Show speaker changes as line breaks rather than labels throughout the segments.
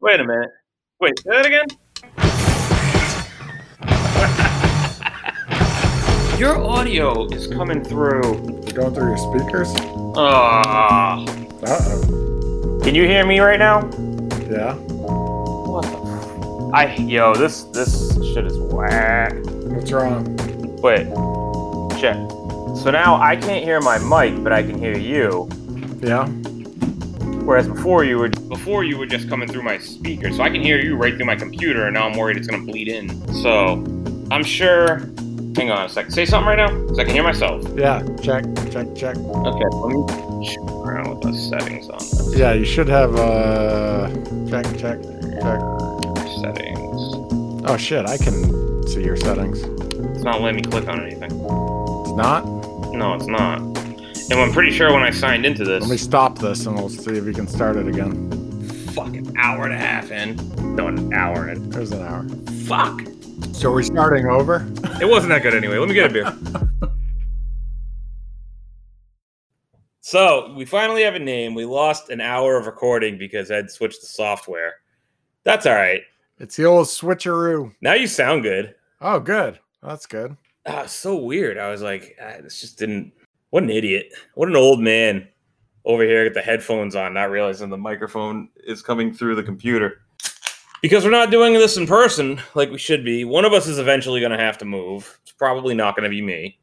Wait a minute. Wait, say that again? Your audio is coming through.
You're going through your speakers?
Ah.
Uh oh.
Can you hear me right now?
Yeah.
What the? F- I yo, this this shit is whack.
What's wrong?
Wait, check. So now I can't hear my mic, but I can hear you.
Yeah.
Whereas before you were before you were just coming through my speaker, so I can hear you right through my computer, and now I'm worried it's gonna bleed in. So I'm sure. Hang on a sec. Say something right now, cause I can hear myself.
Yeah. Check, check, check.
Okay, let me check around with the settings on this.
Yeah, you should have uh check, check, check.
Settings.
Oh shit, I can see your settings.
It's not letting me click on anything.
It's not?
No, it's not. And I'm pretty sure when I signed into this,
Let me stop this and we'll see if you can start it again.
fucking hour and a half in. No, an hour and
There's an hour.
fuck.
So we're starting over?
It wasn't that good anyway. Let me get a beer. so we finally have a name. We lost an hour of recording because I'd switched the software. That's all right.
It's the old switcheroo.
Now you sound good.
Oh good. That's good.
Ah, it's so weird. I was like, ah, this just didn't. What an idiot. What an old man over here with the headphones on, not realizing the microphone is coming through the computer. Because we're not doing this in person like we should be, one of us is eventually going to have to move. It's probably not going to be me.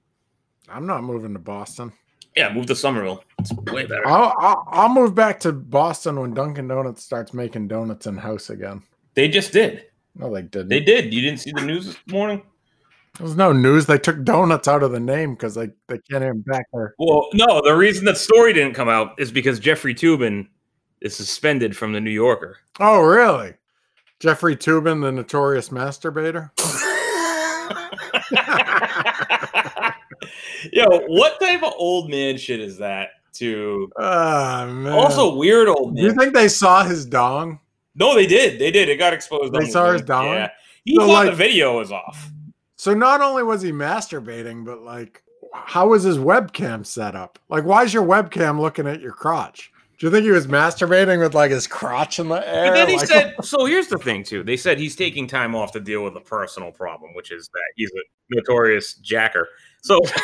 I'm not moving to Boston.
Yeah, move to Somerville. It's way better.
I'll, I'll I'll move back to Boston when Dunkin' Donuts starts making donuts in house again.
They just did.
No, they didn't.
They did. You didn't see the news this morning?
There was no news. They took donuts out of the name because they, they can't even back their
Well, no. The reason that story didn't come out is because Jeffrey Tubin is suspended from the New Yorker.
Oh, really? Jeffrey Tubin, the notorious masturbator?
Yo, what type of old man shit is that? To
Oh, man.
also weird old
do you
man.
think they saw his dong?
no, they did. They did. It got exposed.
They
on the
saw his
news.
dong?
Yeah, he
So,
thought the
like-
video was off.
So not only was he masturbating, but like, how was his webcam set up? Like, why is your webcam looking at your crotch? Do you think he was masturbating with like his crotch in the air?
But then he
Like,
said, so here's the thing, too. They said he's taking time off to deal with a personal problem, which is that he's a notorious jacker. So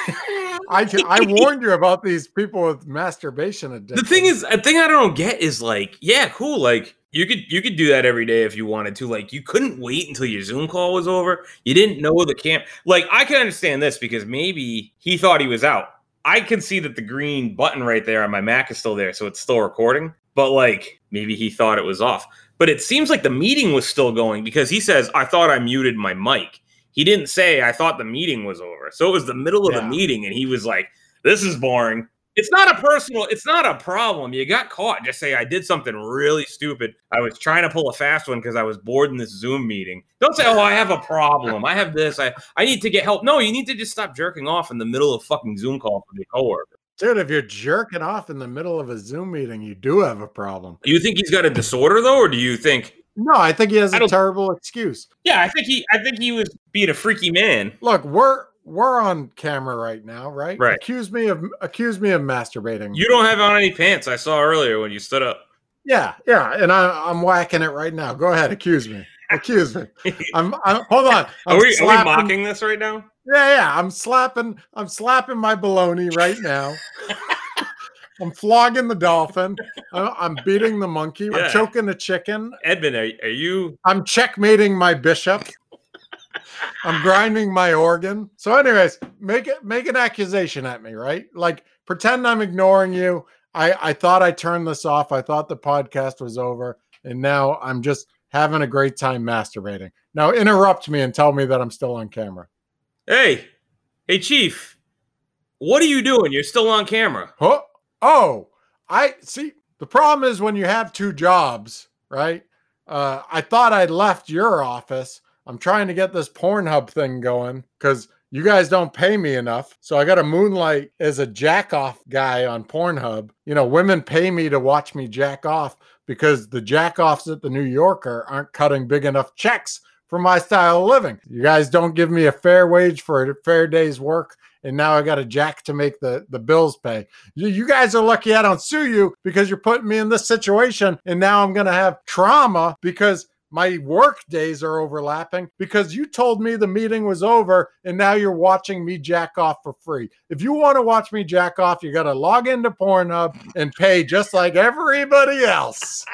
I, ca- I warned you about these people with masturbation addiction.
the thing is, the thing I don't get is like, yeah, cool. Like you could you could do that every day if you wanted to. Like you couldn't wait until your Zoom call was over. You didn't know the camp. Like I can understand this because maybe he thought he was out. I can see that the green button right there on my Mac is still there, so it's still recording. But like maybe he thought it was off. But it seems like the meeting was still going because he says, I thought I muted my mic. He didn't say I thought the meeting was over. So it was the middle of the
Yeah.
meeting and he was like, This is boring. It's not a personal, it's not a problem. You got caught. Just say I did something really stupid. I was trying to pull a fast one because I was bored in this Zoom meeting. Don't say, Oh, I have a problem. I have this. I I need to get help. No, you need to just stop jerking off in the middle of fucking Zoom call from your coworker.
dude, if you're jerking off in the middle of a Zoom meeting, you do have a problem.
You think he's got a disorder though, or do you think?
No, I think he has
I
a
don't-
terrible excuse.
Yeah, I think he. I think he was being a freaky man.
Look, we're we're on camera right now, right?
Right.
Accuse me of accuse me of masturbating.
You don't have on any pants. I saw earlier when you stood up.
yeah, yeah, and I, I'm whacking it right now. Go ahead, accuse me. Accuse me. I'm, I'm hold on.
Are
I'm
we, are we
slapping-
mocking this right now?
Yeah, yeah. I'm slapping. I'm slapping my baloney right now. I'm flogging the dolphin. I- I'm beating the monkey.
Yeah.
I'm choking the chicken.
Edmund, are, are you?
I'm checkmating my bishop. I'm grinding my organ. So, anyways, make it make an accusation at me, right? Like pretend I'm ignoring you. I I thought I turned this off. I thought the podcast was over, and now I'm just having a great time masturbating. Now interrupt me and tell me that I'm still on camera.
Hey, hey, chief. What are you doing? You're still on camera.
Oh, oh, I see. The problem is when you have two jobs, right? Uh, I thought I left your office. I'm trying to get this Pornhub thing going because you guys don't pay me enough. So I got to moonlight as a jack off guy on Pornhub. You know, women pay me to watch me jack off because the jack offs at the New Yorker aren't cutting big enough checks for my style of living. You guys don't give me a fair wage for a fair day's work. And now I got a jack to make the, the bills pay. You, you guys are lucky I don't sue you because you're putting me in this situation. And now I'm going to have trauma because my work days are overlapping because you told me the meeting was over and now you're watching me jack off for free. If you want to watch me jack off, you got to log into Pornhub and pay just like everybody else.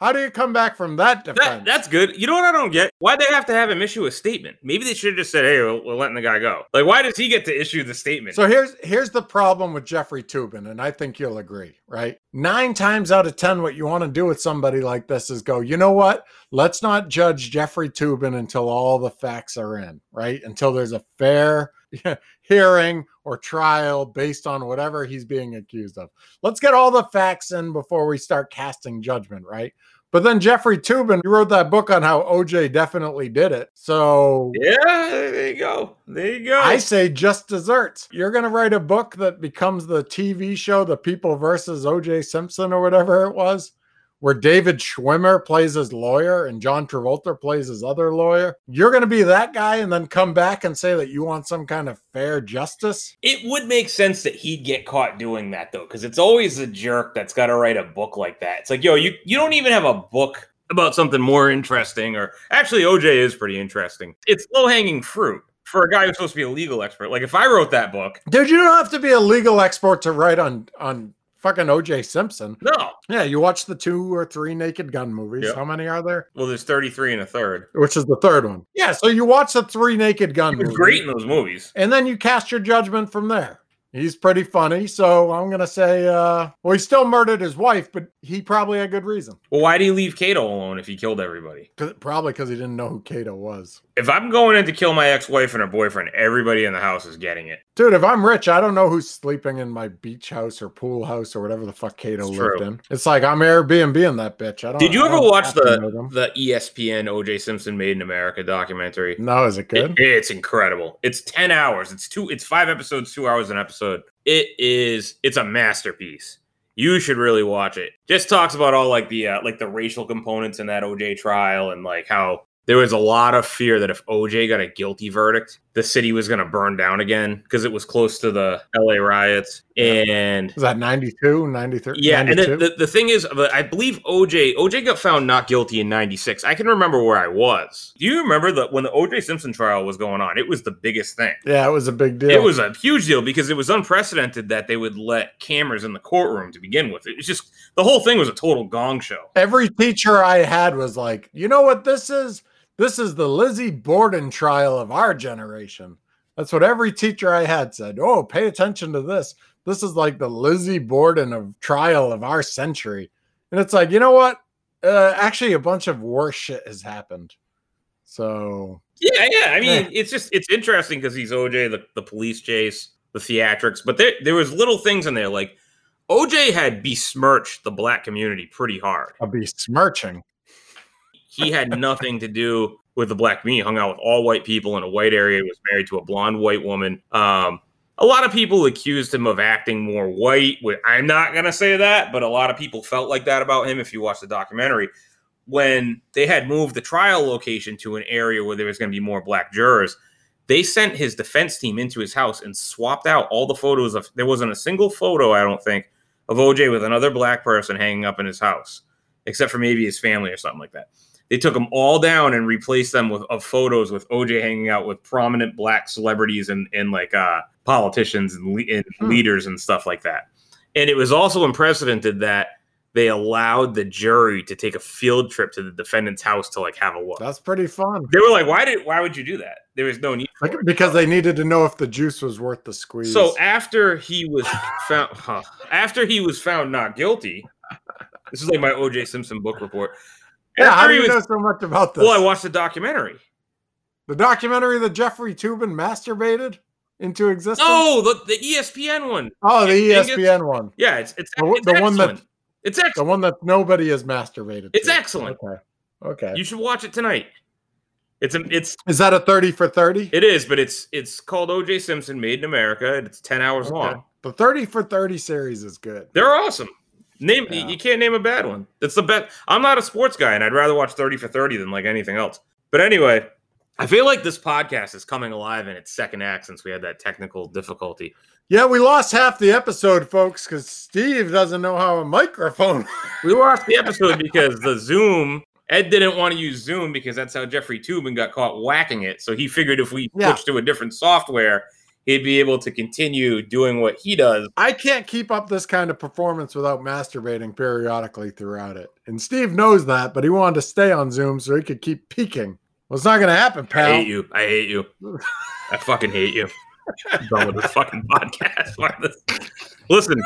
How do you come back from that
That,
defense?
that's good. You know what I don't get? Why they have to have him issue a statement? Maybe they should have just said, "Hey, we're, we're letting the guy go." Like, why does he get to issue the statement?
So here's here's the problem with Jeffrey Tubin, and I think you'll agree, right? Nine times out of ten, what you want to do with somebody like this is go, you know what? Let's not judge Jeffrey Tubin until all the facts are in, right? Until there's a fair hearing or trial based on whatever he's being accused of. Let's get all the facts in before we start casting judgment, right? But then Jeffrey Tubin, you wrote that book on how OJ definitely did it. So
yeah, there you go. There you go.
I say just desserts. You're going to write a book that becomes the TV show, The People versus OJ Simpson or whatever it was, where David Schwimmer plays his lawyer and John Travolta plays his other lawyer. You're going to be that guy and then come back and say that you want some kind of fair justice.
It would make sense that he'd get caught doing that though, because it's always the jerk that's got to write a book like that. It's like, yo, you you don't even have a book about something more interesting, or actually, OJ is pretty interesting. It's low hanging fruit for a guy who's supposed to be a legal expert. Like, if I wrote that book,
Dude, you don't have to be a legal expert to write on on fucking OJ Simpson.
no.
Yeah, you watch the two or three Naked Gun movies.
Yeah.
How many are there?
Well, there's 33 and a third.
Which is the third one. Yeah, so you watch the three Naked Gun
He was
movies.
great in those movies.
and then you cast your judgment from there. He's pretty funny, so I'm gonna say, uh, well, he still murdered his wife, but he probably had good reason.
Well, why did he leave Kato alone if he killed everybody?
'Cause- probably because he didn't know who Kato was.
If I'm going in to kill my ex-wife and her boyfriend, everybody in the house is getting it.
Dude, if I'm rich, I don't know who's sleeping in my beach house or pool house or whatever the fuck Kato
It's
lived
true.
in. It's like I'm Airbnb in that bitch. I don't.
Did you
I
ever
don't
watch
have to know them.
The E ESPN OJ Simpson Made in America documentary.
No, is it
It-
good?
it's incredible. It's 10 hours. It's two it's five episodes, 2 hours an episode. It is it's a masterpiece. You should really watch it. Just talks about all like the uh, like the racial components in that OJ trial and like how there was a lot of fear that if OJ got a guilty verdict, the city was going to burn down again because it was close to the LA riots and
Is that 92, 93?
yeah, and the,
92?
the, the thing is, uh, I believe OJ OJ got found not guilty in '96. I can remember where I was. Do you remember that when the OJ Simpson trial was going on? It was the biggest thing.
yeah, it was a big deal.
It was a huge deal because it was unprecedented that they would let cameras in the courtroom to begin with. It was just the whole thing was a total gong show.
every teacher I had was like, you know what this is? This is the Lizzie Borden trial of our generation. That's what every teacher I had said. Oh, pay attention to this. This is like the Lizzie Borden of trial of our century. And it's like, you know what? Uh, actually, a bunch of worse shit has happened. So
Yeah, yeah. I mean,
Yeah.
it's just it's interesting because he's OJ, the, the police chase, the theatrics, but there there was little things in there like OJ had besmirched the black community pretty hard.
I'll be smirching.
he had nothing to do with the black community. He hung out with all white people in a white area. Was married to a blonde white woman. Um, a lot of people accused him of acting more white. Wh- I'm not gonna say that, but a lot of people felt like that about him. If you watch the documentary, when they had moved the trial location to an area where there was going to be more black jurors, they sent his defense team into his house and swapped out all the photos of. There wasn't a single photo, I don't think, of OJ with another black person hanging up in his house, except for maybe his family or something like that. They took them all down and replaced them with of photos with OJ hanging out with prominent black celebrities and and like uh, politicians and, le- and
Hmm.
leaders and stuff like that. And it was also unprecedented that they allowed the jury to take a field trip to the defendant's house to like have a look.
That's pretty fun.
They were like, "Why did? Why would you do that? There was no need." For
Like,
it.
because they needed to know if the juice was worth the squeeze.
So after he was found, huh, after he was found not guilty, this is like my O.J. Simpson book report.
yeah, how
After
do
he
you know
was-
so much about this?
well, I watched the documentary.
The documentary that Jeffrey Tubin masturbated into existence.
No, the, the E ESPN one.
oh, the
Dingus.
ESPN one,
Yeah, it's it's,
The one-
it's
the one that-
excellent. it's
the
excellent.
one that nobody has masturbated.
It's
to.
excellent.
Okay, okay.
You should watch it tonight. It's a, it's
Is that a thirty for thirty?
it is, but it's it's called O.J. Simpson Made in America, and it's ten hours
Okay.
long.
The thirty for thirty series is good.
They're awesome. Name
Yeah.
you can't name a bad one. That's the best. I'm not a sports guy, and I'd rather watch 30 for 30 than like anything else. But anyway, I feel like this podcast is coming alive in its second act since we had that technical difficulty.
Yeah, we lost half the episode, folks, because Steve doesn't know how a microphone.
We lost the episode because the Zoom. Ed didn't want to use Zoom because that's how Jeffrey Tubin got caught whacking it. So he figured if we
Yeah.
switched to a different software, he'd be able to continue doing what he does.
I can't keep up this kind of performance without masturbating periodically throughout it. And Steve knows that, but he wanted to stay on Zoom so he could keep peeking. Well, it's not going to happen,
I
pal.
hate you. I hate you. I fucking hate you. I'm done with this fucking podcast. Fuck this. Listen,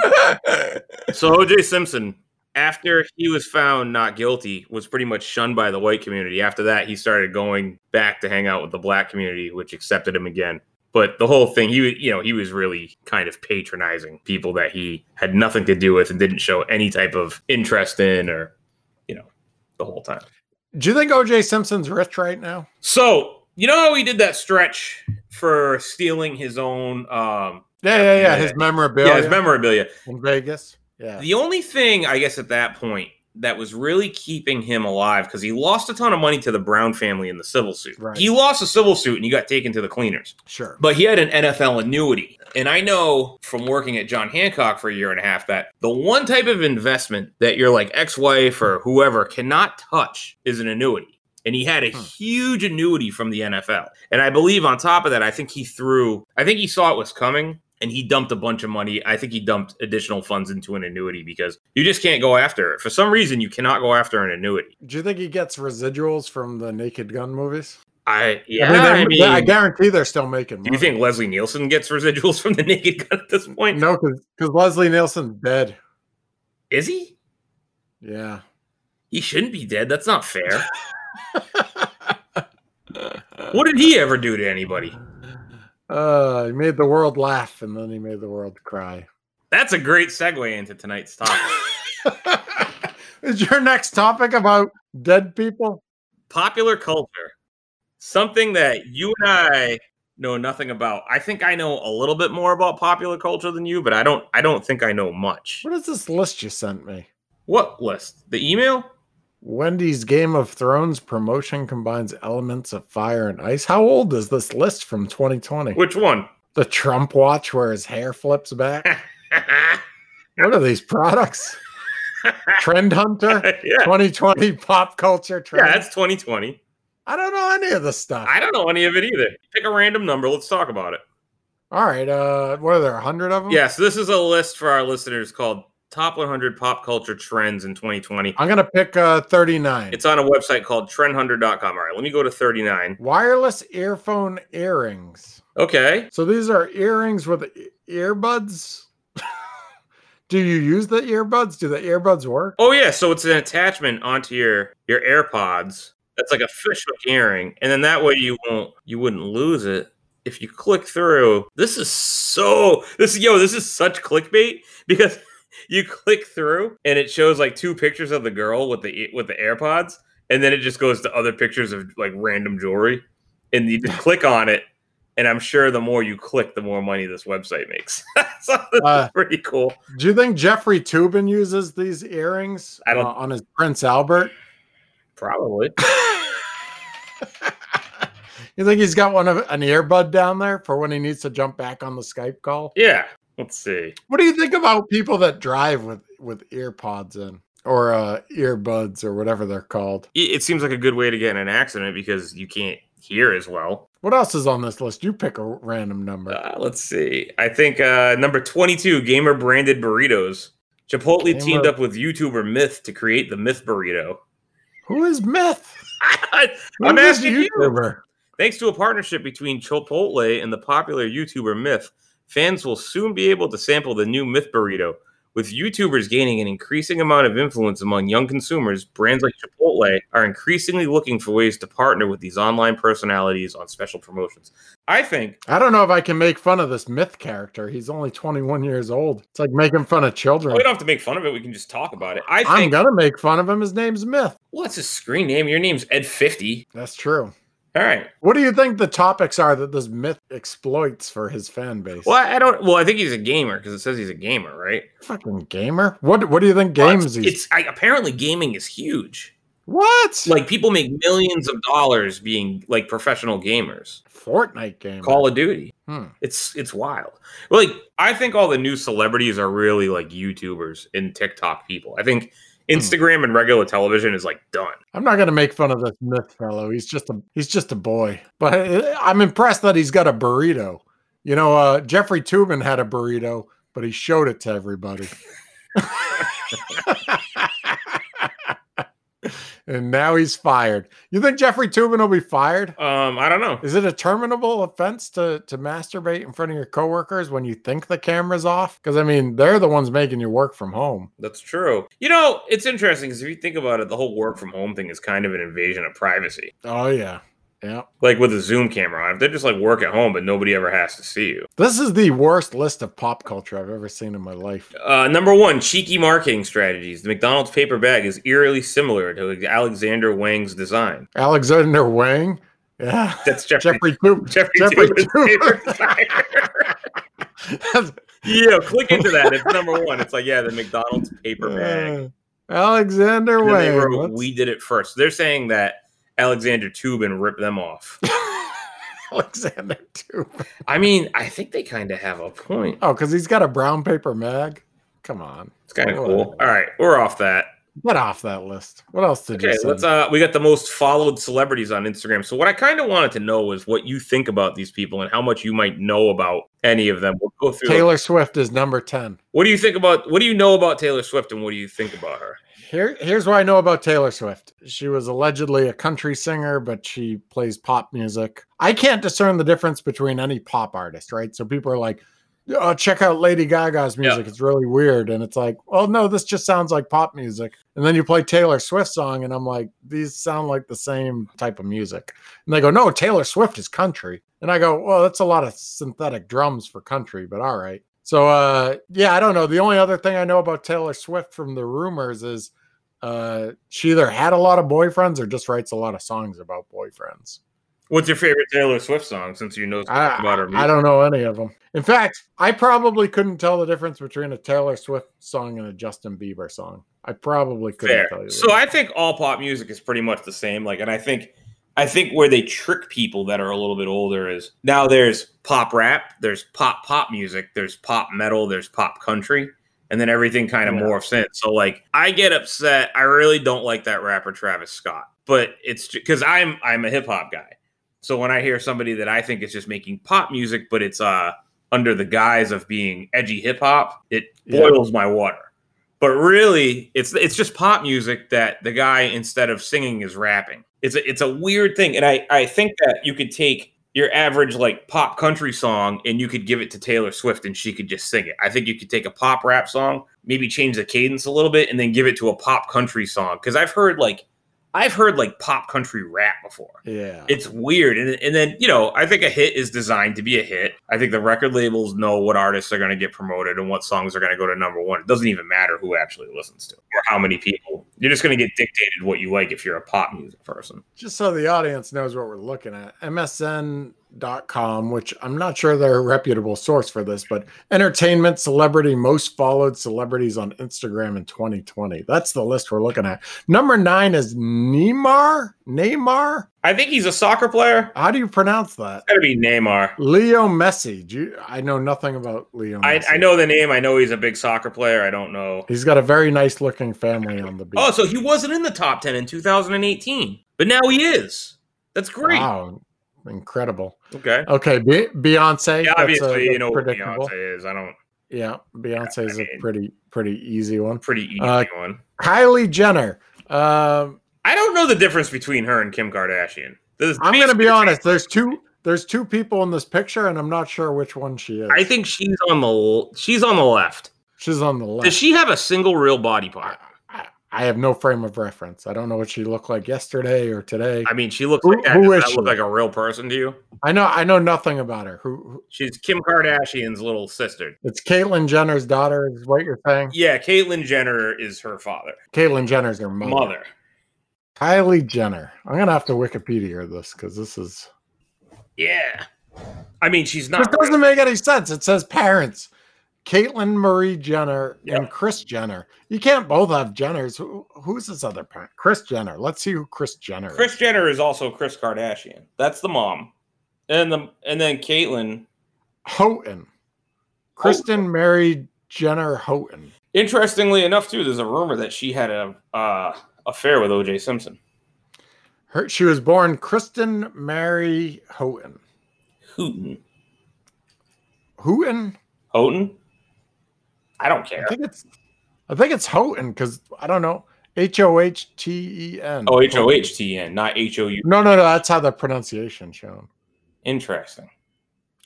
so OJ Simpson, after he was found not guilty, was pretty much shunned by the white community. After that, he started going back to hang out with the black community, which accepted him again. But the whole thing, he wa- you know, he was really kind of patronizing people that he had nothing to do with and didn't show any type of interest in, or you know, the whole time.
Do you think OJ Simpson's rich right now?
So you know how he did that stretch for stealing his own um
Yeah, yeah, yeah.
Yeah.
His memorabilia
yeah, his memorabilia.
in Vegas. Yeah.
The only thing I guess at that point that was really keeping him alive because he lost a ton of money to the Brown family in the civil suit.
Right.
He lost a civil suit and he got taken to the cleaners.
Sure.
But he had an NFL annuity. And I know from working at John Hancock for a year and a half that the one type of investment that your like ex-wife or whoever cannot touch is an annuity. And he had a
Hmm.
huge annuity from the NFL. And I believe on top of that, I think he threw, I think he saw it was coming and he dumped a bunch of money. I think he dumped additional funds into an annuity because you just can't go after it. For some reason, you cannot go after an annuity.
Do you think he gets residuals from the Naked Gun movies?
I, yeah,
I mean, they-
I
they-
mean,
I guarantee they're still
do
making money.
you think Leslie Nielsen gets residuals from the Naked Gun at this point?
No, because Leslie Nielsen's dead.
Is he?
Yeah.
He shouldn't be dead. That's not fair. Uh, what did he ever do to anybody?
Uh, he made the world laugh and then he made the world cry.
That's a great segue into tonight's topic.
Is your next topic about dead people?
Popular culture. Something that you and I know nothing about. I think I know a little bit more about popular culture than you, but I don't I don't think I know much.
What is this list you sent me?
What list? The email?
Wendy's Game of Thrones promotion combines elements of fire and ice. How old is this list from 2020?
Which one?
The Trump watch where his hair flips back. what are these products? Trend Hunter
yeah.
2020 pop culture trend.
Yeah, that's 2020.
I don't know any of this stuff.
I don't know any of it either. Pick a random number. Let's talk about it.
All right. Uh, what are there? A hundred of them?
Yeah, so this is a list for our listeners called Top 100 Pop Culture Trends in 2020.
I'm gonna pick uh 39.
It's on a website called trendhunter.com. All right, let me go to 39.
wireless earphone earrings.
Okay.
So these are earrings with e- earbuds. Do you use the earbuds? Do the earbuds work?
Oh yeah, so it's an attachment onto your your AirPods. That's like a fish hook earring, and then that way you won't you wouldn't lose it if you click through. This is so this yo this is such clickbait because you click through and it shows like two pictures of the girl with the with the AirPods, and then it just goes to other pictures of like random jewelry, and you just click on it. And I'm sure the more you click, the more money this website makes. so this
Uh,
is pretty cool.
Do you think Jeffrey Tubin uses these earrings
I don't-
uh, on his Prince Albert?
Probably.
You think he's got one of an earbud down there for when he needs to jump back on the Skype call?
Yeah. Let's see.
What do you think about people that drive with with earpods in or uh earbuds or whatever they're called?
it it seems like a good way to get in an accident because you can't hear as well.
What else is on this list? You pick a random number.
Uh, let's see. I think uh, number 22, gamer branded burritos. Chipotle teamed
Gamer-
up with YouTuber Myth to create the Myth burrito.
Who is Myth?
I'm
Who is
asking you.
YouTuber?
Thanks to a partnership between Chipotle and the popular YouTuber Myth, fans will soon be able to sample the new Myth burrito. With YouTubers gaining an increasing amount of influence among young consumers, brands like Chipotle are increasingly looking for ways to partner with these online personalities on special promotions. I think
I don't know if I can make fun of this Myth character. He's only 21 years old. It's like making fun of children.
we don't have to make fun of it. We can just talk about it. I
I'm
think.
gonna make fun of him. His name's Myth.
What's his screen name? Your name's Ed Fifty.
That's true.
All right.
What do you think the topics are that this myth exploits for his fan base?
Well, I I don't. Well, I think he's a gamer because it says he's a gamer, right?
Fucking gamer. What What do you think
Well,
games?
It's,
he's-
it's I, apparently gaming is huge.
what?
Like people make millions of dollars being like professional gamers.
Fortnite game.
Call of Duty.
Hmm.
It's it's wild. Like I think all the new celebrities are really like YouTubers and TikTok people. I think
Hmm.
Instagram and regular television is like done.
I'm not gonna make fun of this myth fellow. He's just a he's just a boy. But I- I'm impressed that he's got a burrito. You know, uh, Jeffrey Tubin had a burrito, but he showed it to everybody. and now he's fired. You think Jeffrey Tubin will be fired?
Um, I don't know.
Is it a terminable offense to to masturbate in front of your coworkers when you think the camera's off? Because I mean, they're the ones making you work from home.
That's true. You know, it's interesting because if you think about it, the whole work from home thing is kind of an invasion of privacy.
Oh yeah, yeah.
Like with a Zoom camera, if they're just like work at home, but nobody ever has to see you.
This is the worst list of pop culture I've ever seen in my life.
Uh, number one, cheeky marketing strategies. The McDonald's paper bag is eerily similar to Alexander Wang's design.
Alexander Wang, yeah,
That's Jeffrey.
Jeffrey Tubin.
Jeffrey,
Jeffrey
Tubin's
Tubin.
paper bag. yeah, click into that. It's number one. It's like yeah, the McDonald's paper bag.
Uh, Alexander
And then they
Wang.
wrote,
what's-
we did it first. They're saying that Alexander Tubin ripped them off.
Alexander Tubin.
I mean, I think they kind of have a point.
Oh, because he's got a brown paper mag. Come on,
It's kind of
Oh,
cool. All right, we're off that.
get off that list. What else did
Okay,
you say?
let's. Uh, we got the most followed celebrities on Instagram. So what I kind of wanted to know was what you think about these people and how much you might know about any of them. We'll go through.
Taylor Swift is number ten.
What do you think about? What do you know about Taylor Swift and what do you think about her?
Here, here's what I know about Taylor Swift. She was allegedly a country singer, but she plays pop music. I can't discern the difference between any pop artist, right? So people are like, "Oh, check out Lady Gaga's music; it's really weird." And it's like, "Well, no, this just sounds like pop music." And then you play Taylor Swift song, and I'm like, "These sound like the same type of music." And they go, "No, Taylor Swift is country." And I go, "Well, that's a lot of synthetic drums for country, but all right." So uh yeah, I don't know. The only other thing I know about Taylor Swift from the rumors is uh she either had a lot of boyfriends or just writes a lot of songs about boyfriends.
What's your favorite Taylor Swift song? Since you know
I,
about her,
I don't know any of them. In fact, I probably couldn't tell the difference between a Taylor Swift song and a Justin Bieber song. I probably couldn't
Fair.
tell you.
So
that.
I think all pop music is pretty much the same. Like, and I think, I think where they trick people that are a little bit older is now there's pop rap, there's pop pop music, there's pop metal, there's pop country, and then everything kind of
Yeah.
morphs in. So like, I get upset. I really don't like that rapper Travis Scott, but it's because I'm I'm a hip hop guy. So when I hear somebody that I think is just making pop music, but it's uh under the guise of being edgy hip hop, it
Yeah.
boils my water. But really, it's it's just pop music that the guy instead of singing is rapping. It's a, it's a weird thing, and I I think that you could take your average like pop country song and you could give it to Taylor Swift and she could just sing it. I think you could take a pop rap song, maybe change the cadence a little bit, and then give it to a pop country song. Because I've heard like I've heard like pop country rap before
yeah.
it's weird and, and then you know i think a hit is designed to be a hit i think the record labels know what artists are going to get promoted and what songs are going to go to number one it doesn't even matter who actually listens to it or how many people you're just going to get dictated what you like if you're a pop music person
just so the audience knows what we're looking at msn.com which i'm not sure they're a reputable source for this but entertainment celebrity most followed celebrities on instagram in 2020 that's the list we're looking at number nine is neymar neymar
i think he's a soccer player
how do you pronounce that
it's got to be neymar
leo messi do you, i know nothing about leo
I,
Messi.
I know the name i know he's a big soccer player i don't know
he's got a very nice looking family on the beach
oh so he wasn't in the top 10 in 2018 but now he is that's great
wow incredible
okay
okay Be- beyonce
yeah,
that's, uh,
obviously you
that's
know what
predictable.
beyonce is i don't
Yeah, Beyonce is a
mean-
pretty pretty easy one.
pretty easy
Uh,
one
Kylie Jenner. Um,
I don't know the difference between her and Kim Kardashian. This is
I'm going to
basically-
be honest. There's two. There's two people in this picture, and I'm not sure which one she is.
I think she's on the l- she's on the left.
She's on the left.
Does she have a single real body part?
I, I have no frame of reference. I don't know what she looked like yesterday or today.
I mean, she looks
Who-
like that.
who
Does
is
that
she?
look like a real person to you?
I know. I know nothing about her. Who? who
She's Kim Kardashian's little sister.
it's Caitlyn Jenner's daughter. Is what you're saying?
Yeah, Caitlyn Jenner is her father,
Caitlyn Jenner's her mother.
mother.
Kylie Jenner. I'm gonna have to Wikipedia this because this is
Yeah. I mean, she's
this
not.
doesn't make any sense. It says parents, Caitlyn Marie Jenner
Yeah.
and Chris Jenner. You can't both have Jenners. Who, who's this other parent? Chris Jenner. Let's see who Chris Jenner.
Chris
is.
Jenner is also Chris Kardashian. That's the mom, and the and then Caitlyn.
Houghton. Kristen Mary Jenner Houghton.
Interestingly enough, too, there's a rumor that she had a uh, affair with O.J. Simpson.
Her, she was born Kristen Mary Houghton.
Hooten,
Houghton?
Houghton. I don't
I
care.
think it's I think it's Houghton because I don't know. H O H T E N.
Oh, H O H T N, not H O U.
No, no, no. That's how the pronunciation shown.
Interesting.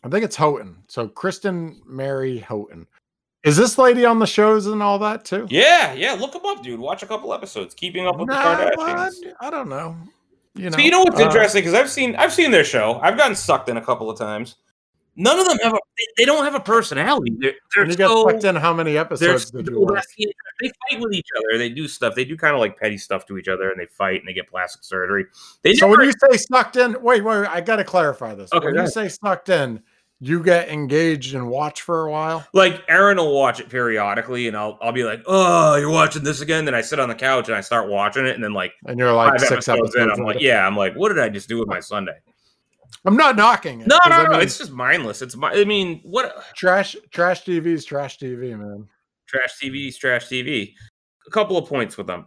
I think it's Houghton. So Kristen Mary Houghton. Is this lady on the shows and all that too?
Yeah, yeah. Look them up, dude. Watch a couple episodes. Keeping up with the
Nah,
Kardashians.
well, I, I don't know. You know,
so you know what's
uh,
interesting because I've seen I've seen their show. I've gotten sucked in a couple of times. None of them have a they, they don't have a personality. They're,
When
they're
you get
so
sucked in, how many
they're
episodes
so
did you watch?
nasty. they fight with each other. They do stuff. They do kind of like petty stuff to each other, and they fight and they get plastic surgery. They
So
never-
when you say sucked in, wait, wait, wait I got to clarify this.
Okay,
when
go
you
ahead.
say sucked in, you get engaged and watch for a while.
like Aaron will watch it periodically, and I'll I'll be like, oh, you're watching this again. Then I sit on the couch and I start watching it, and then like
And you're like
five
six
episodes
episodes.
in, I'm
later.
like, yeah, I'm like, what did I just do with my Sunday?
I'm not knocking it.
No,
'cause
no,
I
no.
mean,
It's just mindless. It's my, I mean, what
trash. Trash TV is trash TV, man.
trash TV is trash TV. A couple of points with them.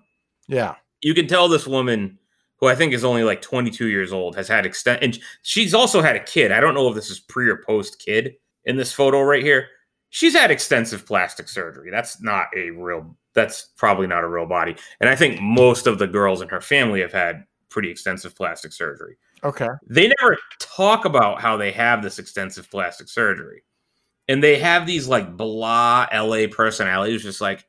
Yeah,
you can tell this woman who I think is only like 22 years old has had extent and she's also had a kid. I don't know if this is pre or post kid in this photo right here. She's had extensive plastic surgery. That's not a real that's probably not a real body. And I think most of the girls in her family have had pretty extensive plastic surgery.
okay.
They never talk about how they have this extensive plastic surgery. And they have these like blah LA personalities just like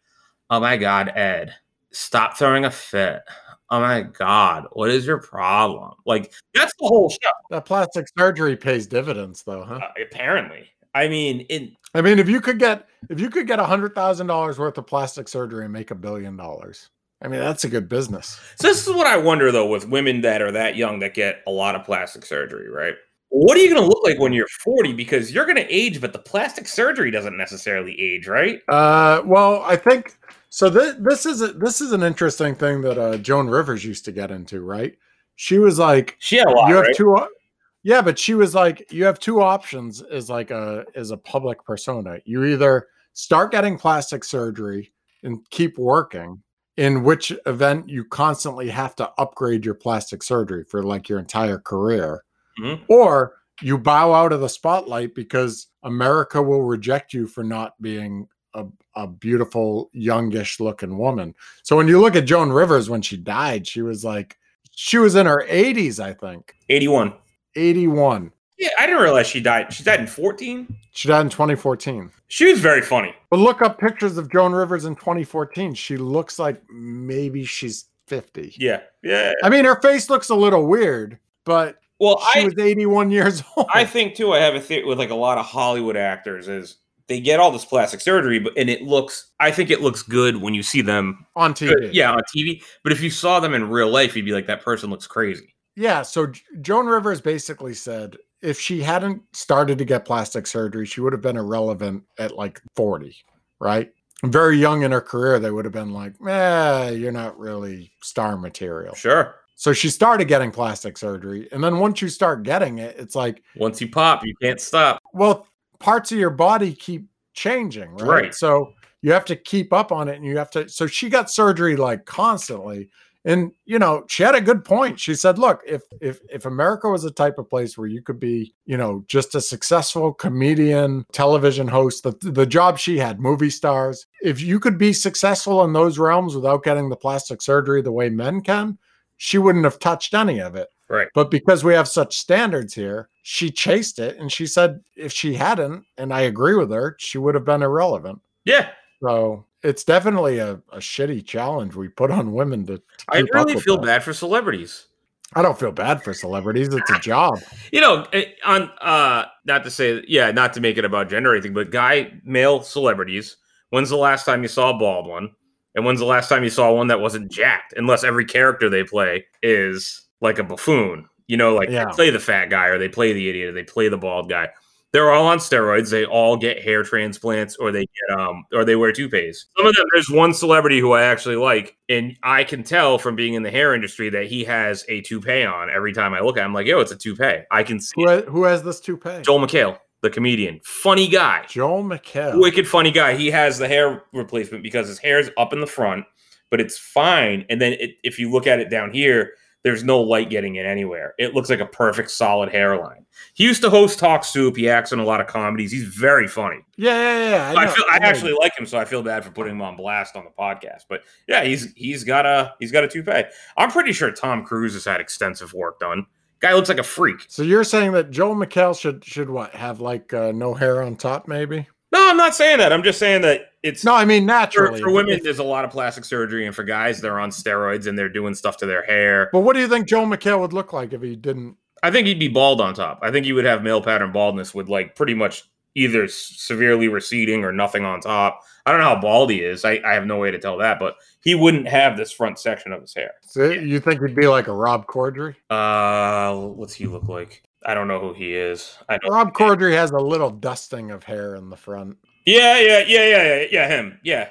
Oh my God, Ed, stop throwing a fit. Oh my God, what is your problem? Like, that's the whole show,
That plastic surgery pays dividends, though, huh?
uh, apparently. I mean, in,
I mean, if you could get if you could get a hundred thousand dollars worth of plastic surgery and make a billion dollars, I mean that's a good business.
so this is what I wonder though with women that are that young that get a lot of plastic surgery, right? What are you going to look like when you're 40? Because you're going to age, but the plastic surgery doesn't necessarily age, right?
Uh, well, I think so. This this is a, this is an interesting thing that uh, Joan Rivers used to get into, right? She was like,
She had a lot,
"You have
right?
two, o- yeah," but she was like, "You have two options." Is like a is a public persona. You either start getting plastic surgery and keep working, in which event you constantly have to upgrade your plastic surgery for like your entire career,
Mhm.
or you bow out of the spotlight because America will reject you for not being a, a beautiful, youngish looking woman. So when you look at Joan Rivers when she died, she was like, she was in her 80s, I think,
81.
81.
Yeah, I didn't realize she died. She died in 14.
She died in 2014.
She was very funny.
But look up pictures of Joan Rivers in 2014. She looks like maybe she's 50.
Yeah. Yeah.
I mean, her face looks a little weird, but
Well,
she
I,
was 81 years old.
I think too. I have a theory with like a lot of Hollywood actors is they get all this plastic surgery, but and it looks. I think it looks good when you see them.
on TV.
Yeah, on TV. But if you saw them in real life, you'd be like, that person looks crazy.
Yeah. So J- Joan Rivers basically said if she hadn't started to get plastic surgery, she would have been irrelevant at like 40, right? Very young in her career, they would have been like, eh, you're not really star
Oh.
material.
Sure.
So she started getting plastic surgery. And then once you start getting it, it's like,
Once you pop, you can't stop.
well, parts of your body keep changing, right?
Right.
So you have to keep up on it and you have to. So she got surgery like constantly. And you know, she had a good point. She said, look, if if if America was a type of place where you could be, you know, just a successful comedian, television host, the the job she had, movie stars, if you could be successful in those realms without getting the plastic surgery the way men can, she wouldn't have touched any of it.
Right.
But because we have such standards here, she chased it and she said if she hadn't, and I agree with her, she would have been irrelevant.
Yeah.
So it's definitely a, a shitty challenge we put on women to, to
I
keep up
really
with
feel
that.
bad for celebrities.
I don't feel bad for celebrities. It's a job.
You know, eh, on uh not to say yeah, not to make it about gender or anything, but guy male celebrities. When's the last time you saw a bald one? And when's the last time you saw one that wasn't jacked? Unless every character they play is like a buffoon. You know, like
Yeah.
they play the fat guy or they play the idiot or they play the bald guy. They're all on steroids. They all get hair transplants or they get um or they wear toupees. Some of them there's one celebrity who I actually like, and I can tell from being in the hair industry that he has a toupee on every time I look at him. I'm like, yo, it's a toupee. I can see
Who has, who has this toupee?
Joel McHale, the comedian. Funny guy.
Joel McHale.
Wicked funny guy. He has the hair replacement because his hair's up in the front, but it's fine. And then it, if you look at it down here, there's no light getting in anywhere. It looks like a perfect solid hairline. He used to host Talk Soup. He acts in a lot of comedies. He's very funny.
Yeah, yeah, yeah.
I,
know,
feel I
know.
actually like him, so I feel bad for putting him on blast on the podcast. But yeah, he's he's got a he's got a toupee. I'm pretty sure Tom Cruise has had extensive work done. Guy looks like a freak.
So you're saying that Joel McHale should should what have like uh, no hair on top, maybe?
No, I'm not saying that. I'm just saying that it's
No, I mean
for,
naturally
for women, there's a lot of plastic surgery, and for guys, they're on steroids and they're doing stuff to their hair.
But what do you think Joel McHale would look like if he didn't?
I think he'd be bald on top. I think he would have male pattern baldness with like pretty much either s- severely receding or nothing on top. I don't know how bald he is. I, I have no way to tell that, but he wouldn't have this front section of his hair.
So You think he'd be like a Rob Corddry?
Uh, what's he look like? I don't know who he is. I don't.
Rob Corddry has a little dusting of hair in the front.
Yeah, yeah, yeah, yeah, yeah, yeah. Him. Yeah,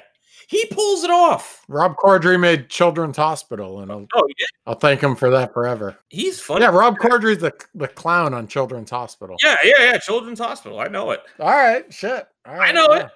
he pulls it off.
Rob Corddry made Children's Hospital, and I'll,
Oh, yeah.
I'll thank him for that forever.
He's funny.
Yeah, Rob Corddry's the the clown on Children's Hospital.
yeah, yeah, yeah. Children's Hospital. I know it.
All right, shit. All right,
know it.
yeah.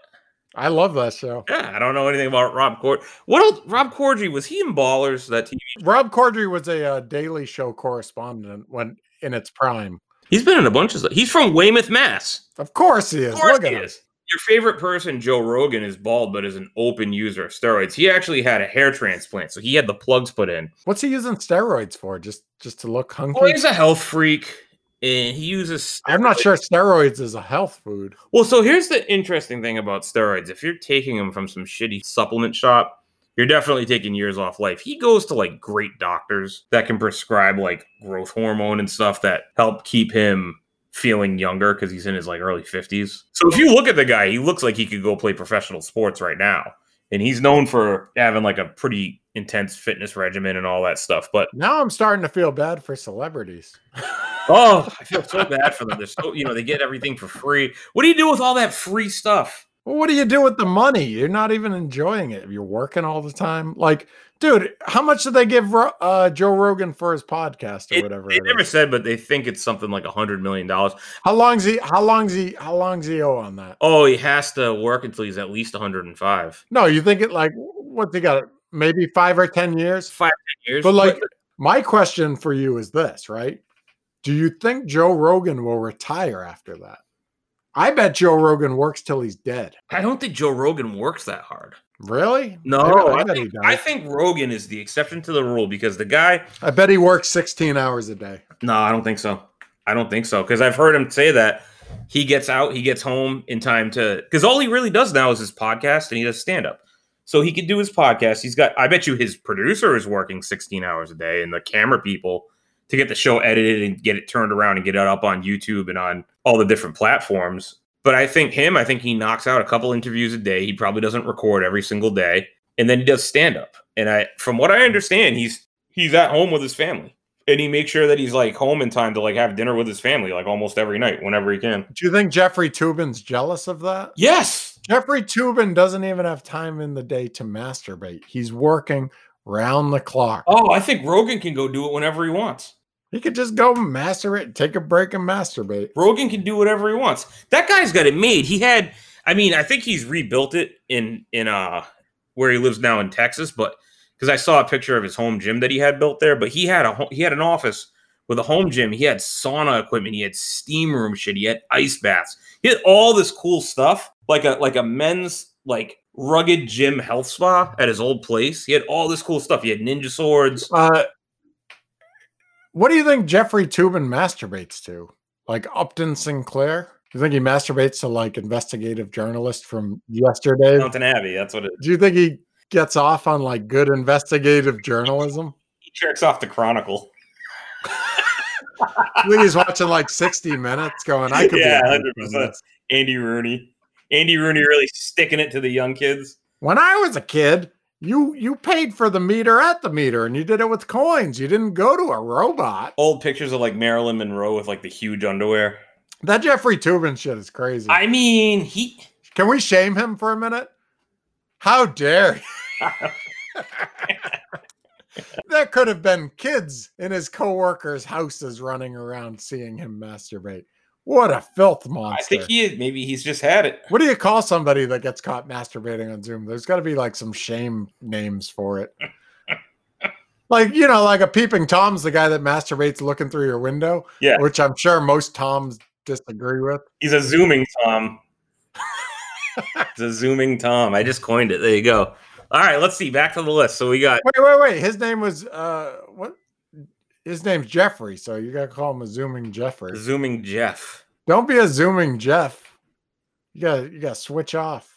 I love that show.
Yeah, I don't know anything about Rob Cord. What else? Rob Corddry was he in Ballers? That TV?
Rob Corddry was a uh, Daily Show correspondent when in its prime.
He's been in a bunch of stuff. He's from Weymouth, Mass.
Of course he is.
Of course
Look
he
at him.
is. Your favorite person, Joe Rogan, is bald but is an open user of steroids. He actually had a hair transplant, so he had the plugs put in.
What's he using steroids for? Just just to look hunky?
Well, he's a health freak, and he uses.
I'm not sure steroids is a health food.
Well, so here's the interesting thing about steroids. If you're taking them from some shitty supplement shop, you're definitely taking years off life. He goes to like great doctors that can prescribe like growth hormone and stuff that help keep him feeling younger because he's in his like early 50s. So if you look at the guy, he looks like he could go play professional sports right now. And he's known for having like a pretty intense fitness regimen and all that stuff. But
Now I'm starting to feel bad for celebrities.
oh, I feel so bad for them. They're so, you know, they get everything for free. What do you do with all that free stuff?
Well, what do you do with the money? You're not even enjoying it. You're working all the time. Like, dude, how much did they give Ro- uh, Joe Rogan for his podcast or
It-
whatever?
They
it
never
is?
said, but they think it's something like a hundred million dollars.
How long's he? How long's he? How long's he owe on that?
Oh, he has to work until he's at least 105
No, you think it like what they got? Maybe five or ten years.
Five, ten years.
But like, my question for you is this, right? Do you think Joe Rogan will retire after that? I bet Joe Rogan works till he's dead.
I don't think Joe Rogan works that hard.
Really?
No,
I, bet- I
I,
bet
think,
he
I
does.
think Rogan is the exception to the rule because the guy.
I bet he works 16 hours a day.
No, I don't think so. I don't think so because I've heard him say that he gets out, he gets home in time to because all he really does now is his podcast and he does stand up. So he could do his podcast. He's got, I bet you his producer is working 16 hours a day and the camera people to get the show edited and get it turned around and get it up on YouTube and on all the different platforms. But I think him, I think he knocks out a couple interviews a day. He probably doesn't record every single day. And then he does stand up. And I from what I understand, he's he's at home with his family. And he makes sure that he's like home in time to like have dinner with his family like almost every night whenever he can.
Do you think Jeffrey Tubin's jealous of that?
Yes.
Jeffrey Tubin doesn't even have time in the day to masturbate. He's working round the clock.
Oh, I think Rogan can go do it whenever he wants.
He could just go masturbate, take a break, and masturbate.
Rogan can do whatever he wants. That guy's got it made. He had, I mean, I think he's rebuilt it in in uh where he lives now in Texas, but because I saw a picture of his home gym that he had built there, but he had a ho- he had an office with a home gym. He had sauna equipment. He had steam room shit. He had ice baths. He had all this cool stuff, like a like a men's like rugged gym health spa at his old place. He had all this cool stuff. He had ninja swords.
Uh, what do you think Jeffrey Tubin masturbates to? Like Upton Sinclair? Do you think he masturbates to like investigative journalist from yesterday?
Mountain Abbey. That's what it.
Do you think he gets off on like good investigative journalism?
He jerks off the Chronicle.
I think he's watching like 60 minutes going, I could
Yeah,
be on
100%.
60 minutes."
Andy Rooney. Andy Rooney really sticking it to the young kids.
When I was a kid, You you paid for the meter at the meter, and you did it with coins. You didn't go to a robot.
Old pictures of like Marilyn Monroe with like the huge underwear.
That Jeffrey Tubin shit is crazy.
I mean, he.
Can we shame him for a minute? How dare you? that could have been kids in his coworkers' houses running around seeing him masturbate. What a filth
I
monster.
think he is. Maybe he's just had it.
what do you call somebody that gets caught masturbating on Zoom? There's got to be like some shame names for it. like, you know, like a peeping Tom's the guy that masturbates looking through your window,
Yeah.
which I'm sure most Toms disagree with.
He's a zooming Tom. it's a zooming Tom. I just coined it. There you go. All right, let's see. Back to the list. So we got
Wait, wait, wait. His name was, uh, what? His name's Jeffrey, so you got to call him a Zooming Jeffrey.
zooming Jeff.
Don't be a zooming Jeff. You got you got to switch off.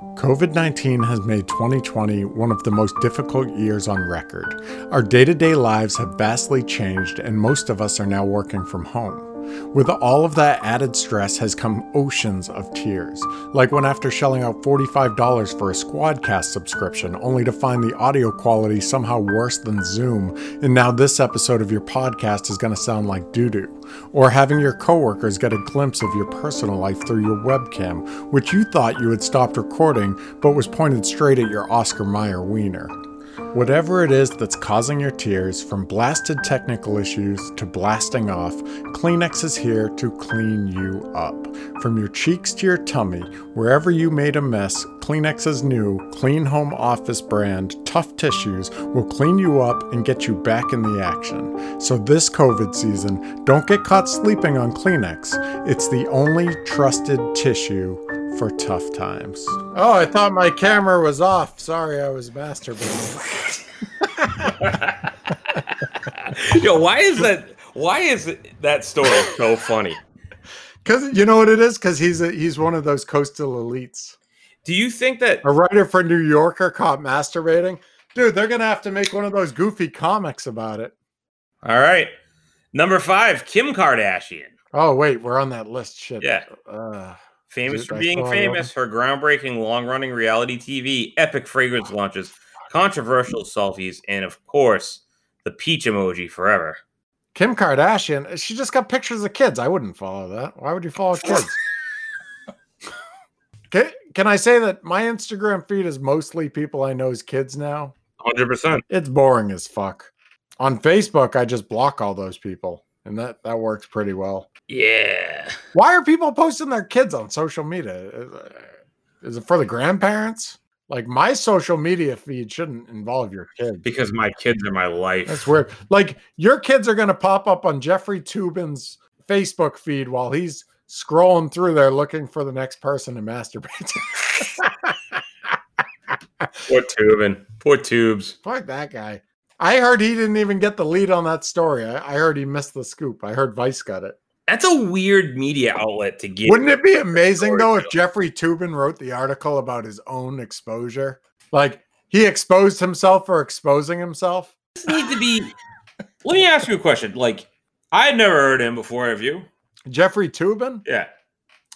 COVID 19 has made 2020 one of the most difficult years on record. Our day to day lives have vastly changed, and most of us are now working from home. With all of that added stress has come oceans of tears, like when after shelling out $45 for a Squadcast subscription, only to find the audio quality somehow worse than Zoom, and now this episode of your podcast is going to sound like doo doo. Or having your coworkers get a glimpse of your personal life through your webcam, which you thought you had stopped recording but was pointed straight at your Oscar Mayer wiener. Whatever it is that's causing your tears, from blasted technical issues to blasting off, Kleenex is here to clean you up. From your cheeks to your tummy, wherever you made a mess, Kleenex's new Clean Home Office brand, Tough Tissues, will clean you up and get you back in the action. So this COVID season, don't get caught sleeping on Kleenex. It's the only trusted tissue for tough times. Oh, I thought my camera was off. Sorry, I was masturbating.
Yo, why is that? Why is that story so funny?
Because you know what it is? Because he's a, he's one of those coastal elites.
Do you think that?
A writer for New Yorker caught masturbating. Dude, they're gonna have to make one of those goofy comics about it.
All right, number five, Kim Kardashian.
Oh wait, we're on that list. Shit.
Yeah.
Uh,
Famous
Dude,
for
I
being
saw that.
famous, her groundbreaking, long running reality TV, epic fragrance launches, controversial selfies, and of course, the peach emoji forever.
Kim Kardashian. uh, She just got pictures of kids. I wouldn't follow that. Why would you follow kids? can, can I say that my Instagram feed is mostly people I know's kids now?
100%.
It's boring as fuck. On Facebook, I just block all those people, and that that works pretty well.
Yeah.
Why are people posting their kids on social media? Uh, Is it for the grandparents? Like my social media feed shouldn't involve your kids.
Because my kids are my life.
That's weird. Like your kids are going to pop up on Jeffrey Tubin's Facebook feed while he's scrolling through there looking for the next person to masturbate. to.
Poor Tubin. Poor Tubes.
Fuck that guy. I heard he didn't even get the lead on that story. I, I heard he missed the scoop. I heard Vice got it.
That's a weird media outlet to get.
Wouldn't it be amazing
story,
though if
though.
Jeffrey Tubin wrote the article about his own exposure? Like he exposed himself for exposing himself.
Does this need to be. Let me ask you a question. Like, I had never heard him before. Have you?
Jeffrey Tubin?
Yeah.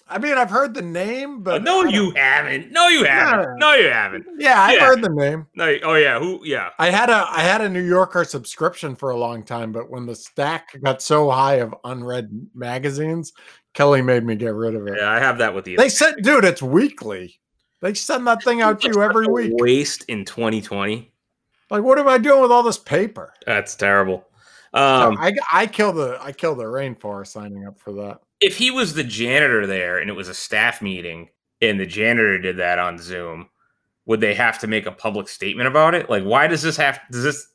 I mean, I've heard the name, but
no,
I don't-
you haven't. No, you haven't. No, you haven't.
Yeah, I've
yeah.
heard the name.
No. you- Oh yeah. Who? Yeah.
I had a I had a New Yorker subscription for a long time, but when the stack got so high of unread magazines, Kelly made me get rid of it.
Yeah. I have that with the.
They said, dude, it's weekly. They send that thing out to you every
Such a
week.
Waste in 2020.
Like, what am I doing with all this paper?
That's terrible. Um,
I I kill the I kill the rainforest signing up for that.
if he was the janitor there and it was a staff meeting and the janitor did that on Zoom, would they have to make a public statement about it? Like, why does this have? Does this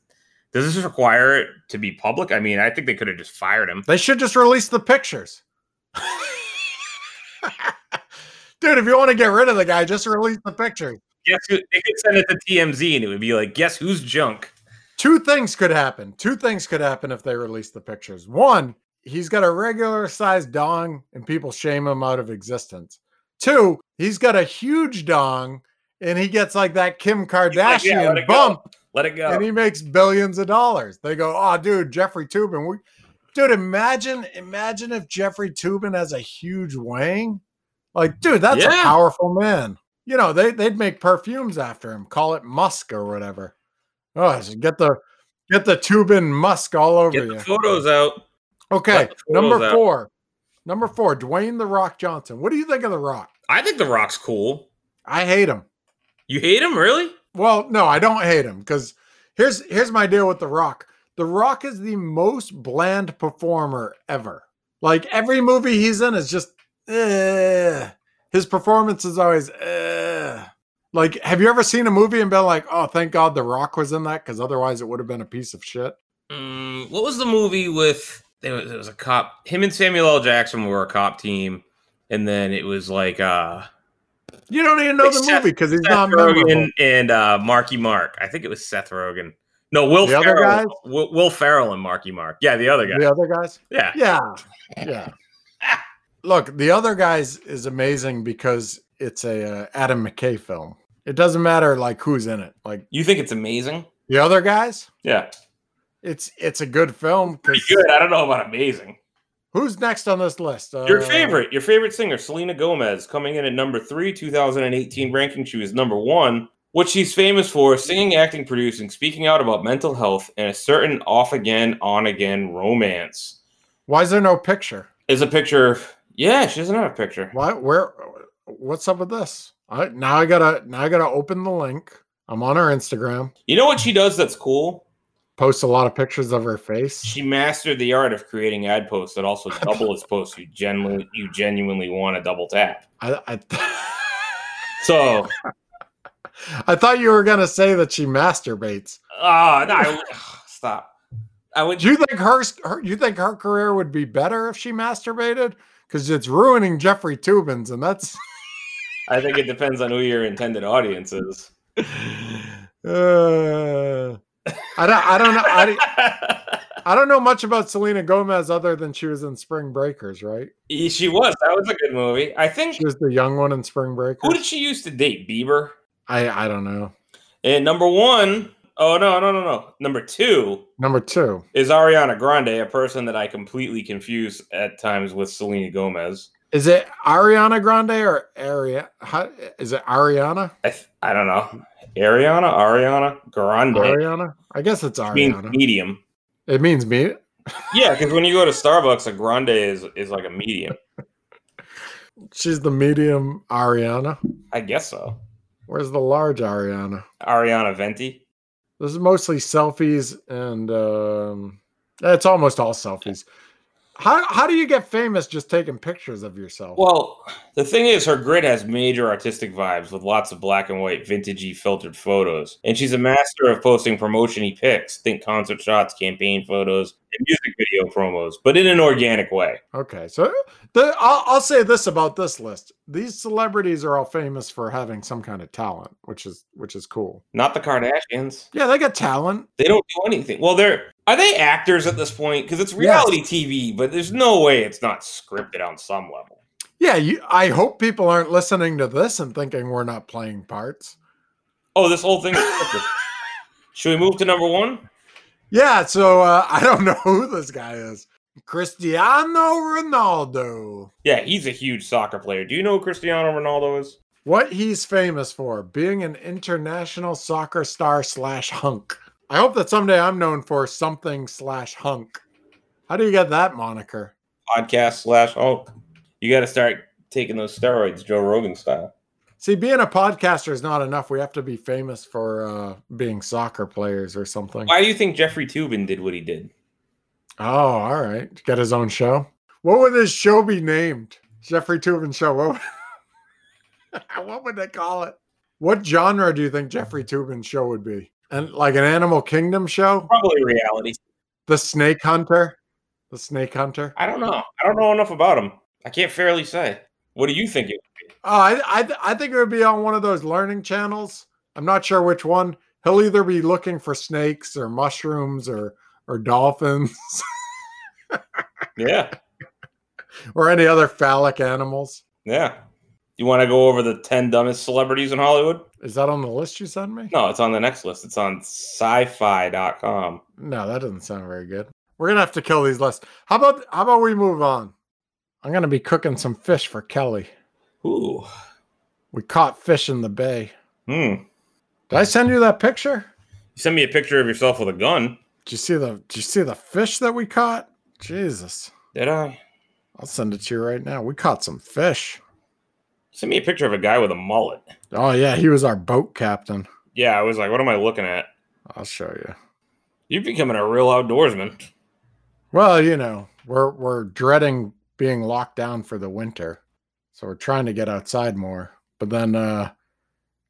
does this require it to be public? I mean, I think they could have just fired him.
They should just release the pictures. Dude, if you want to get rid of the guy, just release the pictures.
Guess who, they could send it to TMZ and it would be like, guess who's junk?
Two things could happen. Two things could happen if they release the pictures. One, he's got a regular sized dong and people shame him out of existence. Two, he's got a huge dong and he gets like that Kim Kardashian
like, "Yeah, let it go."
bump
Let it go.
and he makes billions of dollars. They go, oh, dude, Jeffrey Tubin. We, dude, imagine, imagine if Jeffrey Tubin has a huge wang. Like, dude, that's
Yeah.
a powerful man. you know, they they'd make perfumes after him, call it musk or whatever. Oh, so get the get the Tubin musk all over
Get
you.
the photos out.
Okay,
Get the photos
number
out.
four, number four, Dwayne the Rock Johnson. What do you think of the Rock?
I think The Rock's cool.
I hate him.
You hate him, really?
Well, no, I don't hate him because here's here's my deal with The Rock. The Rock is the most bland performer ever. Like every movie he's in is just eh. his performance is always eh. like. Have you ever seen a movie and been like, "Oh, thank God The Rock was in that," because otherwise it would have been a piece of shit.
Mm, what was the movie with? There was, there was a cop. Him and Samuel L. Jackson were a cop team, and then it was like uh,
You don't even know
Like
the
Seth-
movie because he's
Seth
not memorable.
Rogen and uh, Marky Mark. I think it was Seth Rogen. No, Will
The other
Ferrell.
guys?
Will, Will Ferrell and Marky Mark. Yeah, the other guy.
The other guys.
Yeah.
Yeah. Yeah. Look, the other guys is amazing because it's a uh, Adam McKay film. It doesn't matter like who's in it. Like
You think it's amazing?
the other guys,
Yeah.
it's it's a good film
Pretty
because
good. I don't know about amazing.
who's next on this list? Uh,
Your favorite, your favorite singer, Selena Gomez, coming in at number three, 2018 ranking. She was number one. What she's famous for is singing, acting, producing, speaking out about mental health, and a certain off again, on again romance.
Why is there no picture?
Is a picture. Yeah, she doesn't have a picture.
Why where what's up with this? I now I gotta now I gotta open the link. I'm on her Instagram.
You know what she does that's cool?
Posts a lot of pictures of her face.
She mastered the art of creating ad posts that also double as posts you genuinely you genuinely want to double tap.
I I,
So
I thought you were gonna say that she masturbates.
ah, no, I- stop. I would
Do you think her, her you think her career would be better if she masturbated? Because it's ruining Jeffrey Tubin's, and that's
I think it depends on who your intended audience is.
uh, I don't I don't know I, don't- I don't know much about Selena Gomez other than she was in Spring Breakers, right?
Yeah, she was. That was a good movie. I think.
She was the young one in Spring Breakers.
Who did she used to date? Bieber.
I I don't know.
And number one, oh no, no, no, no. Number two
Number two,
is Ariana Grande, a person that I completely confuse at times with Selena Gomez.
is it Ariana Grande or Aria? How, is it Ariana?
I, th- I don't know. Ariana, Ariana Grande.
Ariana? I guess it's
Which means
Ariana.
medium.
It means me.
Yeah, because when you go to Starbucks, a grande is is like a medium.
She's the medium Ariana.
I guess so.
Where's the large Ariana?
Ariana Venti.
This is mostly selfies, and um, it's almost all selfies. How how do you get famous just taking pictures of yourself?
Well, the thing is, her grid has major artistic vibes with lots of black and white, vintagey filtered photos, and she's a master of posting promotiony pics. Think concert shots, campaign photos, and music video promos, but in an organic way.
okay, so the, I'll, I'll say this about this list: these celebrities are all famous for having some kind of talent, which is which is cool.
Not the Kardashians.
Yeah, they got talent.
They don't do anything. Well, they're are they actors at this point? Because it's reality TV, but there's no way it's not scripted on some level.
Yeah, you, I hope people aren't listening to this and thinking we're not playing parts.
Oh, this whole thing. Is scripted. Should we move to number one?
Yeah, so uh, I don't know who this guy is. Cristiano Ronaldo.
Yeah, he's a huge soccer player. Do you know who Cristiano Ronaldo is?
What he's famous for, being an international soccer star slash hunk. I hope that someday I'm known for something slash hunk. How do you get that moniker?
podcast slash oh you got to start taking those steroids joe rogan style
See, being a podcaster is not enough. We have to be famous for uh, being soccer players or something.
why do you think jeffrey tubin did what he did
Oh, all right. Get his own show. What would his show be named? Jeffrey Tubin Show. What would, what would they call it? What genre do you think Jeffrey Tubin Show would be? And like an Animal Kingdom show?
probably reality
The snake hunter. The snake hunter.
i don't know i don't know enough about him i can't fairly say what do you think it-
Oh, I, I, th- I think it would be on one of those learning channels. I'm not sure which one. He'll either be looking for snakes or mushrooms or or dolphins
yeah
or any other phallic animals.
yeah you want to go over the 10 dumbest celebrities in hollywood
Is that on the list you sent me?
no it's on the next list it's on sci-fi.com
No, that doesn't sound very good. We're gonna have to kill these lists. How about how about we move on? I'm gonna be cooking some fish for Kelly.
ooh
We caught fish in the bay.
Hmm.
Did I send you that picture?
You sent me a picture of yourself with a gun.
Did you see the did you see the fish that we caught? Jesus.
Did I?
I'll send it to you right now. We caught some fish.
Send me a picture of a guy with a mullet.
Oh yeah, he was our boat captain.
Yeah, I was like, what am I looking at?
I'll show you.
You're becoming a real outdoorsman.
Well, you know, we're we're dreading being locked down for the winter. So we're trying to get outside more. But then uh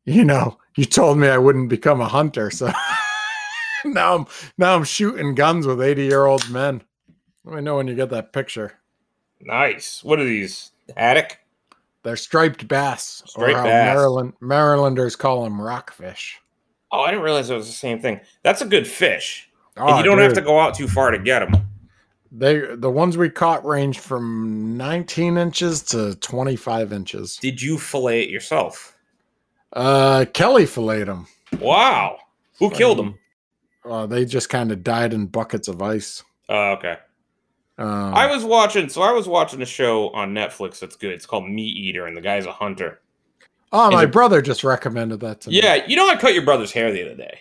you know, you told me I wouldn't become a hunter, so now I'm now I'm shooting guns with 80-year-old men. Let me know when you get that picture.
Nice. What are these? Attic?
They're striped bass,
Striped
how
bass.
Maryland Marylanders call them rockfish.
Oh, I didn't realize it was the same thing. That's a good fish. and you don't have to
Ah, Oh, dude.
go out too far to get them.
They the ones we caught range from 19 inches to 25 inches.
Did you fillet it yourself?
Uh, Kelly filleted them.
Wow. Who killed him?
Uh, they just kind of died in buckets of ice.
Uh, okay.
Um,
I was watching, so I was watching a show on Netflix that's good. It's called Meat Eater, and the guy's a hunter.
oh, my
in the-
brother just recommended that to me.
Yeah, you know, I cut your brother's hair the other day.